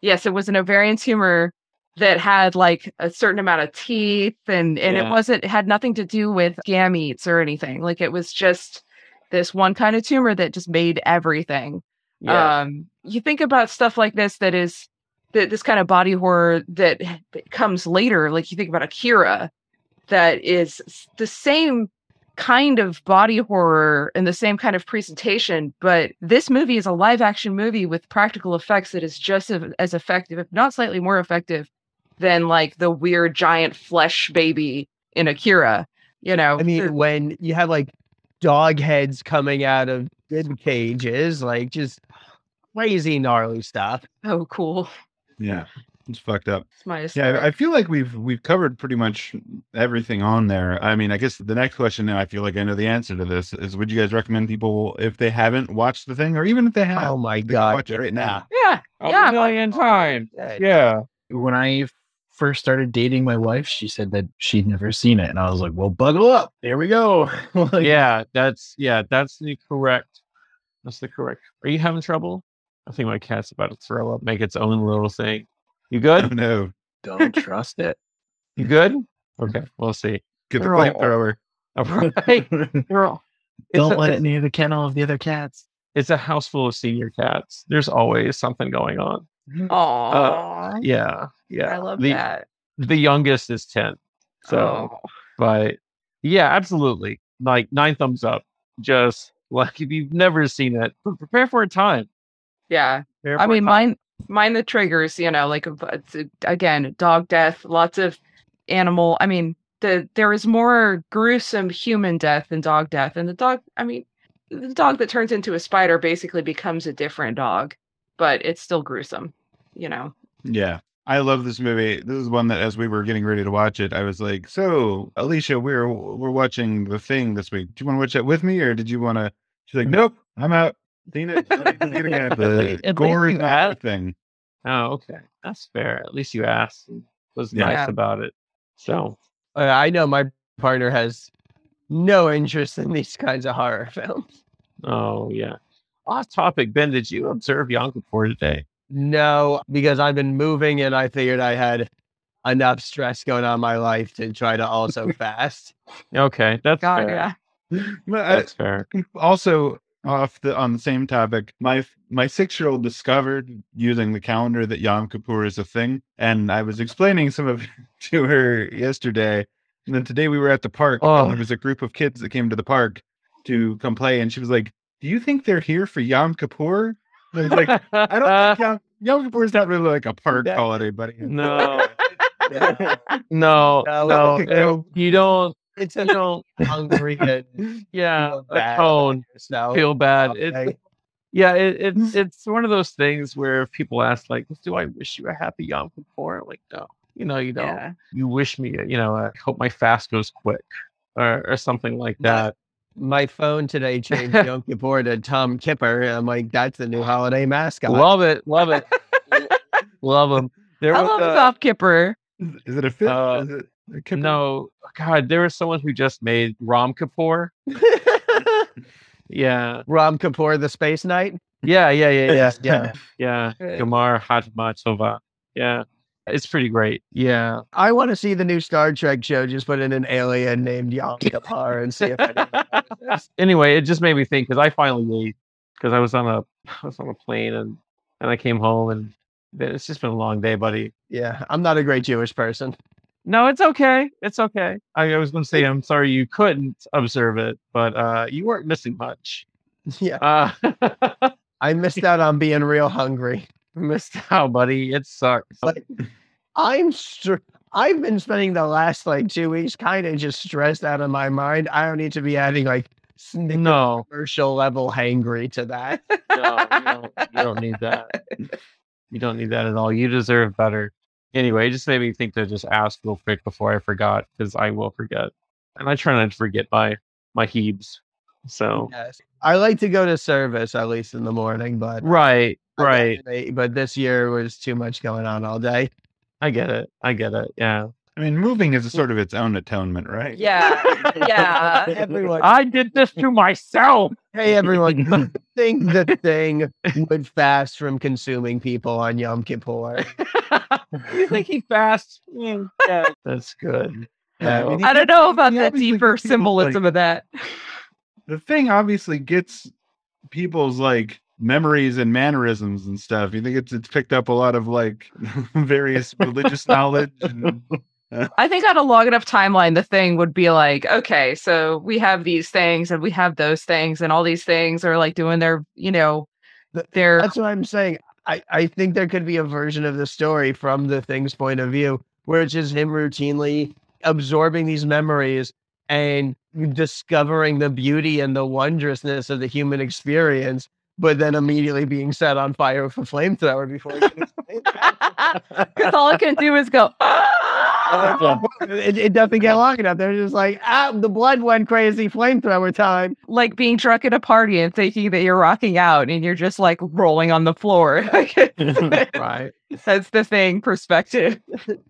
Speaker 5: yes, it was an ovarian tumor that had like a certain amount of teeth and and it
Speaker 6: Yeah.
Speaker 5: wasn't it had nothing to do with gametes or anything. Like it was just this one kind of tumor that just made everything. Um you think about stuff like this that is that this kind of body horror that, that comes later, like you think about Akira that is s- the same kind of body horror and the same kind of presentation, but this movie is a live action movie with practical effects that is just as, as effective, if not slightly more effective, than like the weird giant flesh baby in Akira. You know,
Speaker 4: I mean, when you have like dog heads coming out of dead cages, like just crazy gnarly stuff.
Speaker 5: oh cool.
Speaker 3: Yeah. It's fucked up.
Speaker 5: It's my
Speaker 3: Yeah, I I feel like we've we've covered pretty much everything on there. I mean, I guess the next question, and I feel like I know the answer to this, is would you guys recommend people if they haven't watched the thing, or even if they have,
Speaker 4: Oh my
Speaker 3: they can
Speaker 4: god.
Speaker 3: watch it right now?
Speaker 5: yeah,
Speaker 6: A
Speaker 5: Yeah.
Speaker 6: million times.
Speaker 4: Yeah.
Speaker 6: Yeah.
Speaker 7: When I first started dating my wife, she said that she'd never seen it, and I was like, "Well, buckle up, there we go." Like,
Speaker 6: yeah, that's yeah, that's the correct. That's the correct. Are you having trouble? I think my cat's about to throw up, make its own little thing. You
Speaker 3: I
Speaker 6: good?
Speaker 3: don't know.
Speaker 7: don't trust it.
Speaker 6: You good? Okay, we'll see.
Speaker 3: Get the
Speaker 6: They're all-
Speaker 3: flamethrower.
Speaker 6: All right. You're all- It's
Speaker 7: don't
Speaker 6: a-
Speaker 7: let it near the kennel of the other cats.
Speaker 6: It's a house full of senior cats. There's always something going on.
Speaker 5: Aw,
Speaker 6: Yeah, Mm. Uh, yeah.
Speaker 5: I love
Speaker 6: the,
Speaker 5: that.
Speaker 6: The youngest is ten, so.
Speaker 5: oh.
Speaker 6: but yeah, absolutely. Like nine thumbs up. Just like if you've never seen it, pre- prepare for a time.
Speaker 5: yeah.
Speaker 6: Prepare
Speaker 5: I
Speaker 6: for a
Speaker 5: mean,
Speaker 6: time.
Speaker 5: mine, mine the triggers. You know, like uh, it's, uh, again, dog death, lots of animal. I mean, the there is more gruesome human death than dog death, and the dog. I mean, the dog that turns into a spider basically becomes a different dog, but it's still gruesome. You know.
Speaker 3: Yeah. I love this movie. This is one that as we were getting ready to watch it, I was like, "So, Alicia, we're we're watching The Thing this week. Do you want to watch that with me or did you want to She's like, "Nope, I'm out." Seen it. Seen it again. The
Speaker 6: least
Speaker 3: gore is
Speaker 6: you
Speaker 3: not
Speaker 6: had-
Speaker 3: your thing.
Speaker 6: Oh, okay. That's fair. At least you asked and was
Speaker 3: Yeah.
Speaker 5: Yeah.
Speaker 6: nice about it. So
Speaker 4: Uh, I know my partner has no interest in these kinds of horror films.
Speaker 6: oh yeah. Off topic, Ben, did you observe Yom Kippur today?
Speaker 4: No, because I've been moving and I figured I had enough stress going on in my life to try to also fast.
Speaker 6: Okay. That's
Speaker 5: God,
Speaker 6: fair.
Speaker 5: yeah.
Speaker 3: But I-
Speaker 6: That's fair.
Speaker 3: also off the on the same topic my my six year old discovered using the calendar that yom kippur is a thing and i was explaining some of it to her yesterday and then today we were at the park
Speaker 6: Oh.
Speaker 3: and there was a group of kids that came to the park to come play and she was like do you think they're here for yom kippur and i was like i don't
Speaker 6: Uh.
Speaker 3: think yom, yom kippur is not really like a park
Speaker 4: That-
Speaker 3: holiday buddy
Speaker 6: no. No.
Speaker 7: Oh.
Speaker 4: No,
Speaker 6: No.
Speaker 4: okay,
Speaker 6: it-
Speaker 4: no.
Speaker 6: You don't
Speaker 4: Uh, It's
Speaker 6: you
Speaker 4: a
Speaker 6: don't
Speaker 4: hungry and um,
Speaker 6: yeah,
Speaker 4: feel
Speaker 7: Uh,
Speaker 6: a
Speaker 4: bad.
Speaker 6: tone.
Speaker 4: snow.
Speaker 6: Feel bad. It,
Speaker 4: Okay.
Speaker 6: Yeah, it, it's it's one of those things where if people ask like, "Do I wish you a happy Yom Kippur?" Like, no, you know, you don't.
Speaker 5: Yeah.
Speaker 6: You wish me, you know, I hope my fast goes quick, or or something like
Speaker 4: Nah.
Speaker 6: that.
Speaker 4: my phone today changed Yom Kippur to Tom Kipper. And I'm like, that's the new holiday mascot.
Speaker 6: Love it, love it, love them. There
Speaker 5: I
Speaker 6: was,
Speaker 5: love
Speaker 6: uh,
Speaker 5: Top Kipper.
Speaker 3: is it a fit
Speaker 6: Uh,
Speaker 3: is it a kippur?
Speaker 6: no, God, there was someone who just made Rom Kippur. Yeah,
Speaker 4: Ram Kapoor, the space knight.
Speaker 6: Yeah, yeah, yeah, yeah,
Speaker 7: Yeah.
Speaker 6: yeah, yeah. Gamar Hatmatova. Yeah, it's pretty great. Yeah,
Speaker 4: I want to see the new Star Trek show. Just put in an alien named Yom Kippur and see if anyone notices.
Speaker 6: anyway, it just made me think because I finally ate because I was on a I was on a plane and and I came home and then it's just been a long day, buddy.
Speaker 4: Yeah, I'm not a great Jewish person.
Speaker 6: No, it's okay. It's okay. I, I was going to say I'm sorry you couldn't observe it, but uh, you weren't missing much.
Speaker 4: Yeah,
Speaker 6: Uh,
Speaker 4: I missed out on being real hungry.
Speaker 6: missed out, buddy. It sucks.
Speaker 4: Like, I'm str- I've been spending the last like two weeks kind of just stressed out of my mind. I don't need to be adding like Snickers
Speaker 6: No,
Speaker 4: commercial level hangry to that.
Speaker 6: no, you don't, you don't need that. You don't need that at all. You deserve better. Anyway, it just made me think to just ask real quick before I forgot because I will forget, and I try not to forget my my heebs. So
Speaker 4: Yes. I like to go to service at least in the morning, but eh,
Speaker 6: right, right.
Speaker 4: But this year was too much going on all day.
Speaker 6: I get it. I get it. Yeah.
Speaker 3: I mean, moving is a sort of its own atonement, right?
Speaker 5: Yeah. Yeah.
Speaker 4: Everyone,
Speaker 6: I did this to myself.
Speaker 4: hey everyone, think the thing would fast from consuming people on Yom Kippur.
Speaker 6: you think he fasts? yeah, that's good.
Speaker 3: Yeah, I mean,
Speaker 5: I don't know about
Speaker 3: Yeah,
Speaker 5: that
Speaker 3: obviously
Speaker 5: deeper
Speaker 3: people, like-
Speaker 5: symbolism of that.
Speaker 3: the thing obviously gets people's like memories and mannerisms and stuff. You think it's it's picked up a lot of like various religious knowledge. And,
Speaker 5: I think on a long enough timeline, the thing would be like, okay, so we have these things and we have those things, and all these things are like doing their, you know,
Speaker 4: Th-
Speaker 5: their.
Speaker 4: That's what I'm saying. I, I think there could be a version of the story from the thing's point of view where it's just him routinely absorbing these memories and discovering the beauty and the wondrousness of the human experience, but then immediately being set on fire with a flamethrower before he can explain that.
Speaker 5: Because all it can do is go,
Speaker 3: Um,
Speaker 4: it, it doesn't get long enough. They're just like, ah, the blood went crazy, flamethrower time.
Speaker 5: like being drunk at a party and thinking that you're rocking out and you're just like rolling on the floor.
Speaker 6: Right.
Speaker 5: That's the thing perspective.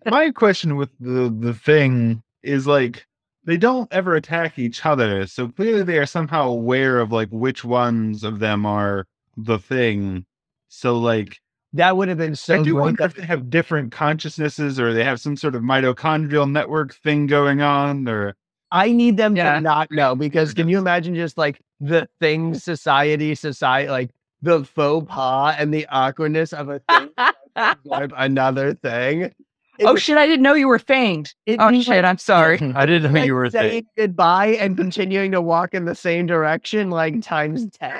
Speaker 3: my question with the the thing is like they don't ever attack each other, so clearly they are somehow aware of like which ones of them are the thing. So like
Speaker 4: That would have been so
Speaker 3: I do
Speaker 4: great
Speaker 3: wonder
Speaker 4: that-
Speaker 3: if they have different consciousnesses or they have some sort of mitochondrial network thing going on or
Speaker 4: I need them
Speaker 5: Yeah.
Speaker 4: to not know because can you imagine just like the thing society, society, like the faux pas and the awkwardness of a thing, absorb another thing?
Speaker 5: oh shit, I didn't know you were fanged.
Speaker 4: It
Speaker 5: Oh
Speaker 4: means,
Speaker 5: shit, I'm sorry.
Speaker 6: I didn't know
Speaker 4: like,
Speaker 6: you were a
Speaker 4: saying
Speaker 6: thing.
Speaker 4: goodbye and continuing to walk in the same direction like times 10.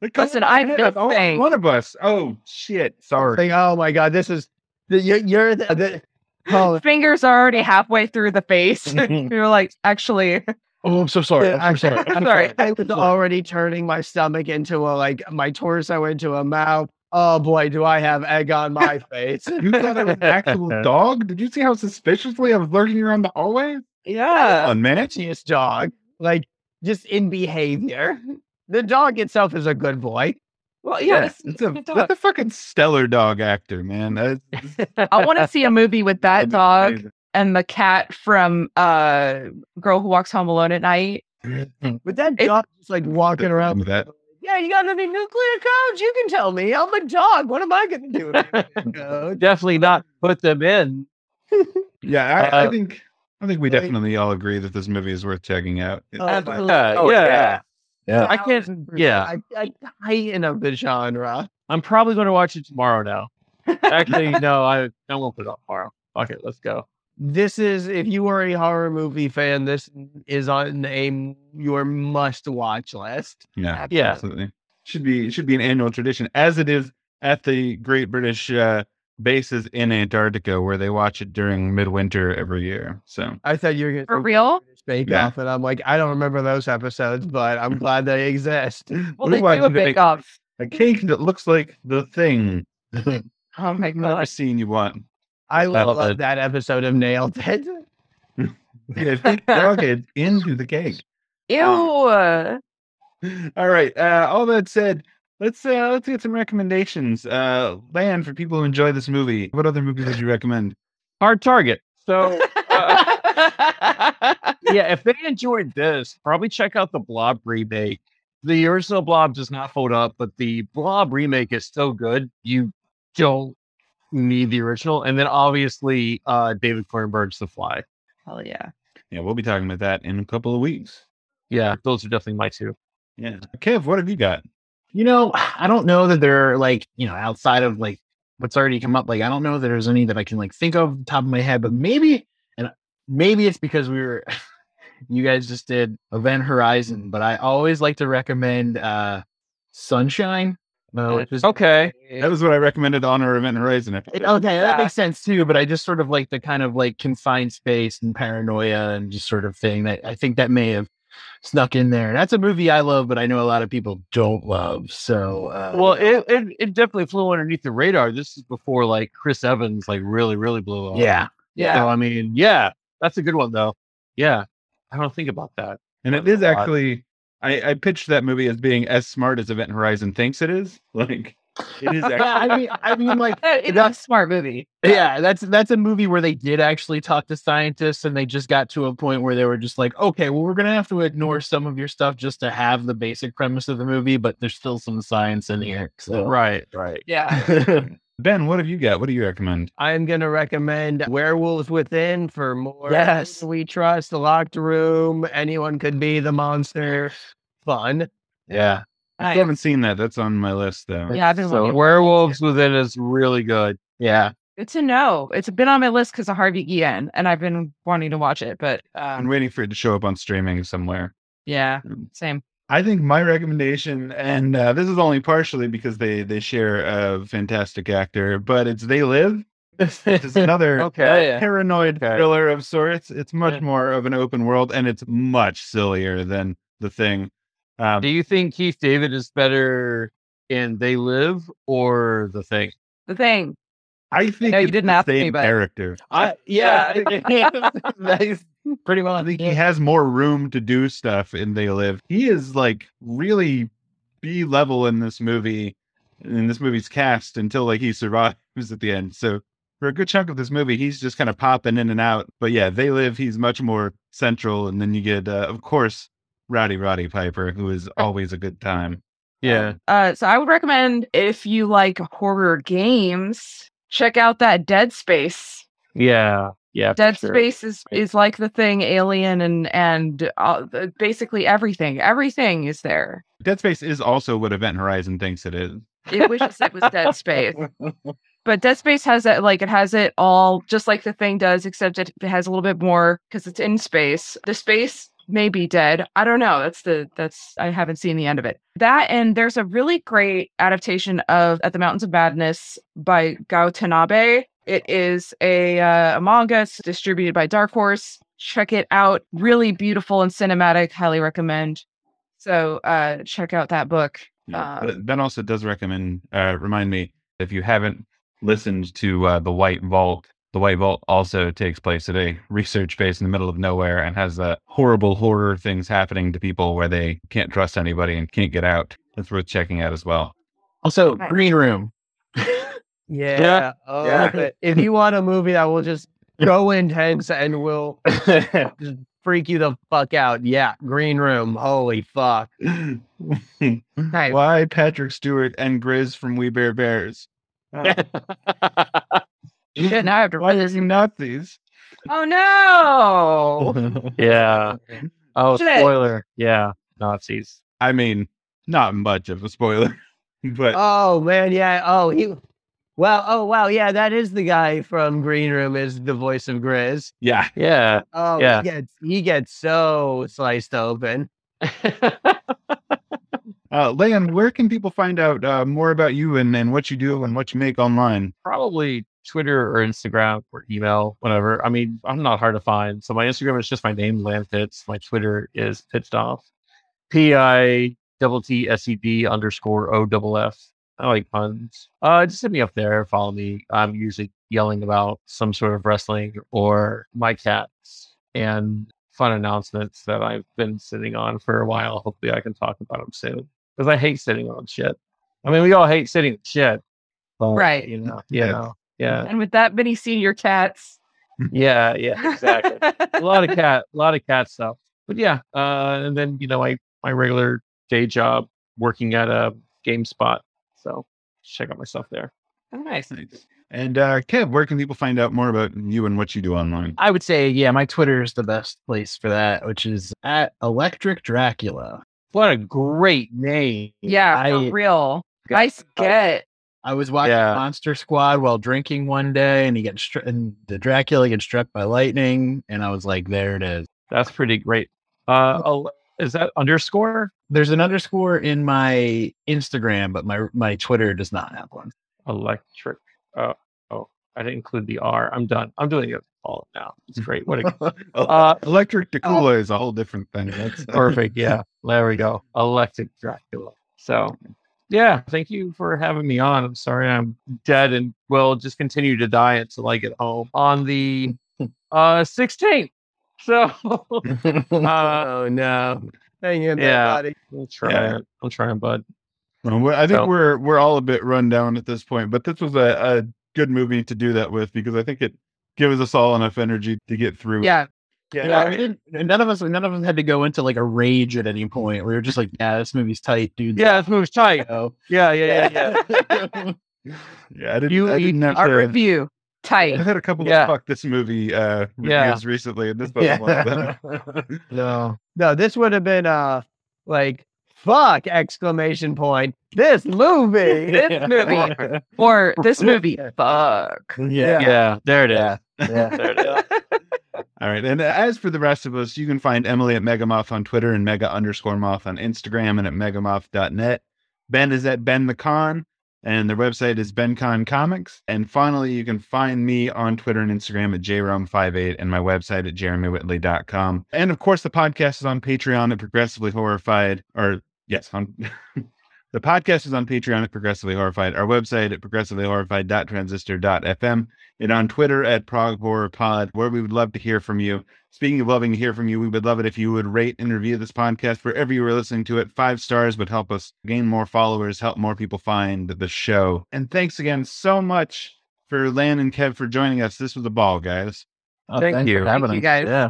Speaker 3: Like,
Speaker 5: Listen,
Speaker 3: oh,
Speaker 5: I've
Speaker 3: yeah,
Speaker 5: been
Speaker 3: oh,
Speaker 5: saying-
Speaker 3: one of us. Oh shit! Sorry.
Speaker 4: Like, oh my God, this is, the, you're, you're the, the oh,
Speaker 5: Fingers are already halfway through the face. You're like, actually,
Speaker 7: Oh, I'm so sorry.
Speaker 4: Yeah,
Speaker 7: I'm so sorry.
Speaker 5: I'm sorry.
Speaker 4: I was already turning my stomach into a, like my torso into a mouth. Oh boy, do I have egg on my face.
Speaker 3: You thought I was an actual dog? Did you see how suspiciously I was lurking around the hallway?
Speaker 5: yeah.
Speaker 3: On man,
Speaker 4: bitchiest dog, like just in behavior. The dog itself is a good boy.
Speaker 5: Well, yeah. it's-
Speaker 3: it's a
Speaker 5: it's a dog.
Speaker 3: that's a fucking stellar dog actor, man. That's,
Speaker 5: I want to see a movie with that
Speaker 3: that's
Speaker 5: dog
Speaker 3: amazing.
Speaker 5: and the cat from uh Girl Who Walks Home Alone at Night.
Speaker 4: But that
Speaker 5: It-
Speaker 4: dog just like walking around.
Speaker 3: With that.
Speaker 4: Yeah, you got any nuclear codes? You can tell me. I'm a dog. What am I going to do? with nuclear codes?
Speaker 6: Definitely not put them in.
Speaker 3: Yeah, I, I
Speaker 6: Uh,
Speaker 3: think I think we
Speaker 4: Really?
Speaker 3: definitely all agree that this movie is worth checking out. It-
Speaker 4: Oh, my
Speaker 5: Absolutely.
Speaker 6: Yeah,
Speaker 7: Oh,
Speaker 6: yeah.
Speaker 7: yeah.
Speaker 6: I can't.
Speaker 4: 1000%.
Speaker 6: Yeah,
Speaker 4: I, I heighten of the genre.
Speaker 6: I'm probably going to watch it tomorrow now. Actually, no, I I won't put it on tomorrow. Okay, let's go.
Speaker 4: This is, if you are a horror movie fan, this is on a your must watch list.
Speaker 3: Yeah,
Speaker 6: Yeah.
Speaker 3: absolutely. Should be it should be an annual tradition, as it is at the Great British uh, bases in Antarctica, where they watch it during midwinter every year. So
Speaker 4: I thought you were going to
Speaker 5: For real?
Speaker 4: Bake
Speaker 3: Yeah.
Speaker 4: Off, and I'm like, I don't remember those episodes, but I'm glad they exist.
Speaker 5: Well, they do
Speaker 3: watched
Speaker 5: a big off.
Speaker 3: a cake that looks like the thing.
Speaker 5: Oh my
Speaker 3: I've
Speaker 5: god.
Speaker 3: seen you want.
Speaker 4: I love,
Speaker 6: love it.
Speaker 4: that episode of Nailed It.
Speaker 3: Yeah, think dog head into the cake.
Speaker 5: Ew. uh,
Speaker 3: All right. Uh, all that said, let's uh, let's get some recommendations. Uh, Lan, for people who enjoy this movie, what other movies would you recommend?
Speaker 6: Hard target. So, uh, yeah, if they enjoyed this, probably check out the Blob remake. The original Blob does not hold up, but the Blob remake is so good you don't need the original. And then obviously uh, David Cronenberg's The Fly.
Speaker 5: Hell yeah.
Speaker 3: Yeah, we'll be talking about that in a couple of weeks.
Speaker 6: Yeah, those are definitely my two.
Speaker 3: Yeah. Kev, what have you got?
Speaker 7: You know, I don't know that there are like, you know, outside of like what's already come up, like I don't know that there's any that I can like think of off the top of my head, but maybe and maybe it's because we were you guys just did Event Horizon, but I always like to recommend uh Sunshine.
Speaker 6: Mm-hmm.
Speaker 7: Uh, which is-
Speaker 6: Okay.
Speaker 3: That was what I recommended on our Event Horizon.
Speaker 7: It-
Speaker 3: episode.
Speaker 7: okay, that
Speaker 5: Yeah.
Speaker 7: makes sense too. But I just sort of like the kind of like confined space and paranoia and just sort of thing that I think that may have snuck in there. That's a movie I love, but I know a lot of people don't love. So, uh,
Speaker 6: Well, it, it it definitely flew underneath the radar. This is before like Chris Evans like really really blew up.
Speaker 7: yeah,
Speaker 5: Yeah.
Speaker 6: So I mean, yeah, that's a good one though. Yeah, I don't think about that.
Speaker 3: And it is
Speaker 6: Uh,
Speaker 3: actually, I, I pitched that movie as being as smart as Event Horizon thinks it is. Like, it is actually.
Speaker 7: yeah. I mean, I mean, like,
Speaker 5: That- It's a
Speaker 7: That's-
Speaker 5: smart movie.
Speaker 7: yeah, that's that's a movie where they did actually talk to scientists, and they just got to a point where they were just like, okay, well, we're gonna have to ignore some of your stuff just to have the basic premise of the movie, but there's still some science in here. So,
Speaker 6: Right, right.
Speaker 5: Yeah.
Speaker 3: ben, what have you got? What do you recommend?
Speaker 4: I am going to recommend Werewolves Within for more.
Speaker 7: Yes.
Speaker 4: We trust the locked room. Anyone could be the monster. Fun.
Speaker 7: yeah.
Speaker 3: I
Speaker 5: Nice.
Speaker 3: haven't seen that. That's on my list, though.
Speaker 5: Yeah, I've been
Speaker 6: So
Speaker 5: looking.
Speaker 6: Werewolves Within is really good.
Speaker 7: Yeah.
Speaker 5: Good to know. It's been on my list because of Harvey Guillen, and I've been wanting to watch it. But
Speaker 3: I'm
Speaker 5: um,
Speaker 3: waiting for it to show up on streaming somewhere.
Speaker 5: yeah, same.
Speaker 3: I think my recommendation, and uh, this is only partially because they they share a fantastic actor, but it's They Live. It's another
Speaker 6: Okay. Oh,
Speaker 3: paranoid
Speaker 6: Okay.
Speaker 3: thriller of sorts. It's much
Speaker 6: Yeah.
Speaker 3: more of an open world, and it's much sillier than the thing. Um,
Speaker 6: Do you think Keith David is better in They Live or The Thing?
Speaker 5: The thing.
Speaker 3: I think
Speaker 5: know you
Speaker 3: it's
Speaker 5: didn't
Speaker 3: the
Speaker 5: ask me,
Speaker 3: same
Speaker 5: but-
Speaker 3: character.
Speaker 7: I, yeah, that is pretty well.
Speaker 3: I think he has more room to do stuff in They Live. He is like really B level in this movie, in this movie's cast until like he survives at the end. So for a good chunk of this movie, he's just kind of popping in and out. But yeah, They Live, he's much more central. And then you get, uh, of course, Rowdy Roddy Piper, who is always a good time. Um,
Speaker 6: Yeah.
Speaker 5: Uh, so I would recommend if you like horror games, check out that Dead Space.
Speaker 6: Yeah. Yeah. for
Speaker 5: Dead
Speaker 6: sure.
Speaker 5: Space is,
Speaker 6: Right.
Speaker 5: is like the thing, Alien, and and uh, the- basically everything. Everything is there.
Speaker 3: Dead Space is also what Event Horizon thinks it is.
Speaker 5: It wishes it was Dead Space. But Dead Space has it like it has it all, just like the thing does, except it has a little bit more because it's in space. The space may be dead. I don't know. That's the that's I haven't seen the end of it. That and there's a really great adaptation of At the Mountains of Madness by Gao Tanabe. It is a, uh, a manga. It's distributed by Dark Horse. Check it out. Really beautiful and cinematic. Highly recommend. So uh, check out that book.
Speaker 3: Yeah,
Speaker 5: Um,
Speaker 3: but ben also does recommend uh, remind me if you haven't listened to uh, the White Vault. The White Vault also takes place at a research base in the middle of nowhere and has uh, horrible horror things happening to people where they can't trust anybody and can't get out. That's worth checking out as well.
Speaker 7: also,
Speaker 5: Right.
Speaker 7: Green Room.
Speaker 4: Yeah.
Speaker 6: Yeah.
Speaker 4: Oh,
Speaker 7: Yeah.
Speaker 4: but If you want a movie that will just go intense and will just freak you the fuck out. Yeah. Green Room. Holy fuck.
Speaker 5: Nice.
Speaker 3: Why Patrick Stewart and Grizz from We Bear Bears?
Speaker 5: Shit, now I have to.
Speaker 3: Why is he Nazis?
Speaker 5: Oh no!
Speaker 6: yeah. Oh,
Speaker 5: Shit.
Speaker 6: spoiler. Yeah. Nazis.
Speaker 3: I mean, not much of a spoiler, but
Speaker 4: Oh man, yeah. Oh, he. Well, oh wow, yeah. That is the guy from Green Room. Is the voice of Grizz.
Speaker 3: yeah,
Speaker 6: Yeah.
Speaker 4: Oh,
Speaker 6: Yeah.
Speaker 4: He gets, he gets so sliced open.
Speaker 3: Uh, Leon, where can people find out uh, more about you and, and what you do and what you make online?
Speaker 6: Probably Twitter or Instagram or email, whatever. I mean, I'm not hard to find. So my Instagram is just my name, Lan Pitts. My Twitter is Pitstoff. P I double T S E D underscore O double F. I like puns. Uh, just hit me up there. Follow me. I'm usually yelling about some sort of wrestling or my cats and fun announcements that I've been sitting on for a while. Hopefully, I can talk about them soon because I hate sitting on shit. I mean, we all hate sitting on shit, but,
Speaker 5: Right.
Speaker 6: You know, you
Speaker 3: Yeah.
Speaker 6: know, yeah,
Speaker 5: And with that many senior cats.
Speaker 6: yeah, yeah, exactly a lot of cat, a lot of cat stuff. But yeah, uh, and then you know, I my regular day job working at a GameSpot. So check out my stuff there.
Speaker 5: Oh, nice.
Speaker 3: Nice. And uh, Kev, where can people find out more about you and what you do online?
Speaker 7: I would say, yeah, my Twitter is the best place for that, which is at Electric Dracula. What a great name.
Speaker 5: Yeah,
Speaker 7: I,
Speaker 5: for real. Nice get.
Speaker 7: I was watching
Speaker 6: Yeah.
Speaker 7: Monster Squad while drinking one day and he gets str- and the Dracula gets struck by lightning. And I was like, there it is.
Speaker 6: That's pretty great.
Speaker 7: Oh.
Speaker 6: Uh, I'll- is that underscore?
Speaker 7: There's an underscore in my Instagram, but my my Twitter does not have one.
Speaker 6: electric. Oh, oh, I didn't include the R. I'm done. I'm doing it all now. It's great. What a uh,
Speaker 3: Electric Dracula is a whole different thing. That's
Speaker 6: perfect. Yeah, there we go. Electric Dracula. So, yeah, thank you for having me on. I'm sorry I'm dead and will just continue to die until I get home on the uh 16th. So, uh,
Speaker 4: oh no. Hang in there,
Speaker 6: Yeah.
Speaker 4: buddy.
Speaker 6: I'm trying. I'm trying, bud.
Speaker 3: Well, we're- I think
Speaker 6: So-
Speaker 3: we're we're all a bit run down at this point, but this was a, a good movie to do that with because I think it gives us all enough energy to get through.
Speaker 5: Yeah.
Speaker 7: Yeah, I didn't, none of us, none of us had to go into like a rage at any point. We were just like, "Yeah, this movie's tight, dude."
Speaker 6: Yeah, this move's tight.
Speaker 7: So-
Speaker 6: Yeah, yeah, yeah, yeah.
Speaker 3: yeah. I didn't.
Speaker 5: You-
Speaker 3: I didn't have
Speaker 5: Our
Speaker 3: to-
Speaker 5: review.
Speaker 3: I've
Speaker 5: Tight.
Speaker 3: had a couple
Speaker 6: Yeah.
Speaker 3: of fuck this movie uh, reviews
Speaker 6: Yeah.
Speaker 3: recently, and this was one of them.
Speaker 7: yeah.
Speaker 4: No. No, this would have been uh like fuck exclamation point. This movie.
Speaker 5: This movie. Or this movie. Fuck.
Speaker 7: Yeah.
Speaker 6: Yeah, there it is.
Speaker 7: Yeah. Yeah.
Speaker 6: There it is.
Speaker 3: All right. And uh, as for the rest of us, you can find Emily at Megamoth on Twitter and Mega underscore Moth on Instagram and at Megamoth.net. Ben is at Ben the Con, and their website is BenCon Comics. And finally, you can find me on Twitter and Instagram at JROM58 and my website at JeremyWhitley.com. And of course, the podcast is on Patreon at Progressively Horrified, or yes, on. The podcast is on Patreon at Progressively Horrified, our website at progressivelyhorrified.transistor.fm, and on Twitter at Prog Horror Pod, where we would love to hear from you. Speaking of loving to hear from you, we would love it if you would rate and review this podcast wherever you are listening to it. Five stars would help us gain more followers, help more people find the show. And thanks again so much for Lan and Kev for joining us. This was a ball, guys.
Speaker 7: Oh,
Speaker 6: Thank
Speaker 7: thanks for
Speaker 6: you.
Speaker 7: having
Speaker 5: Thank you,
Speaker 7: us.
Speaker 5: guys.
Speaker 7: Yeah.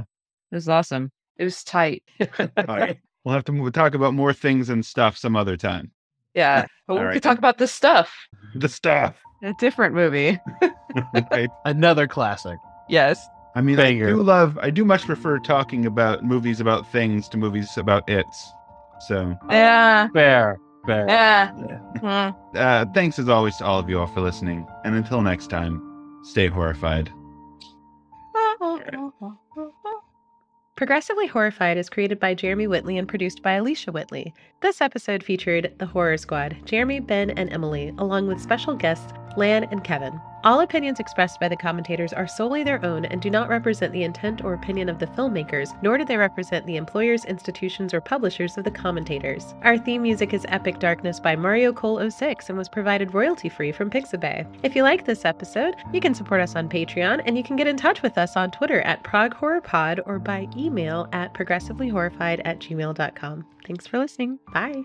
Speaker 5: It was awesome. It was tight.
Speaker 3: All right. We'll have to move, talk about more things and stuff some other time.
Speaker 5: Yeah. But
Speaker 3: All
Speaker 5: we
Speaker 3: right.
Speaker 5: could talk about the stuff.
Speaker 3: The stuff.
Speaker 5: A different movie.
Speaker 3: Right?
Speaker 7: Another classic.
Speaker 5: Yes.
Speaker 3: I mean,
Speaker 6: Banger.
Speaker 3: I do love, I do much prefer talking about movies about things to movies about its. So,
Speaker 5: Yeah.
Speaker 6: Fair, fair.
Speaker 5: Yeah. Mm.
Speaker 3: uh, thanks as always to all of you all for listening. And until next time, stay horrified.
Speaker 1: Progressively Horrified is created by Jeremy Whitley and produced by Alicia Whitley. This episode featured the Horror Squad, Jeremy, Ben, and Emily, along with special guests Lan and Kevin. All opinions expressed by the commentators are solely their own and do not represent the intent or opinion of the filmmakers, nor do they represent the employers, institutions, or publishers of the commentators. Our theme music is Epic Darkness by Mario Cole 06 and was provided royalty free from Pixabay. If you like this episode, you can support us on Patreon and you can get in touch with us on Twitter at Prague Horror Pod or by email at progressivelyhorrified at gmail.com. Thanks for listening. Bye.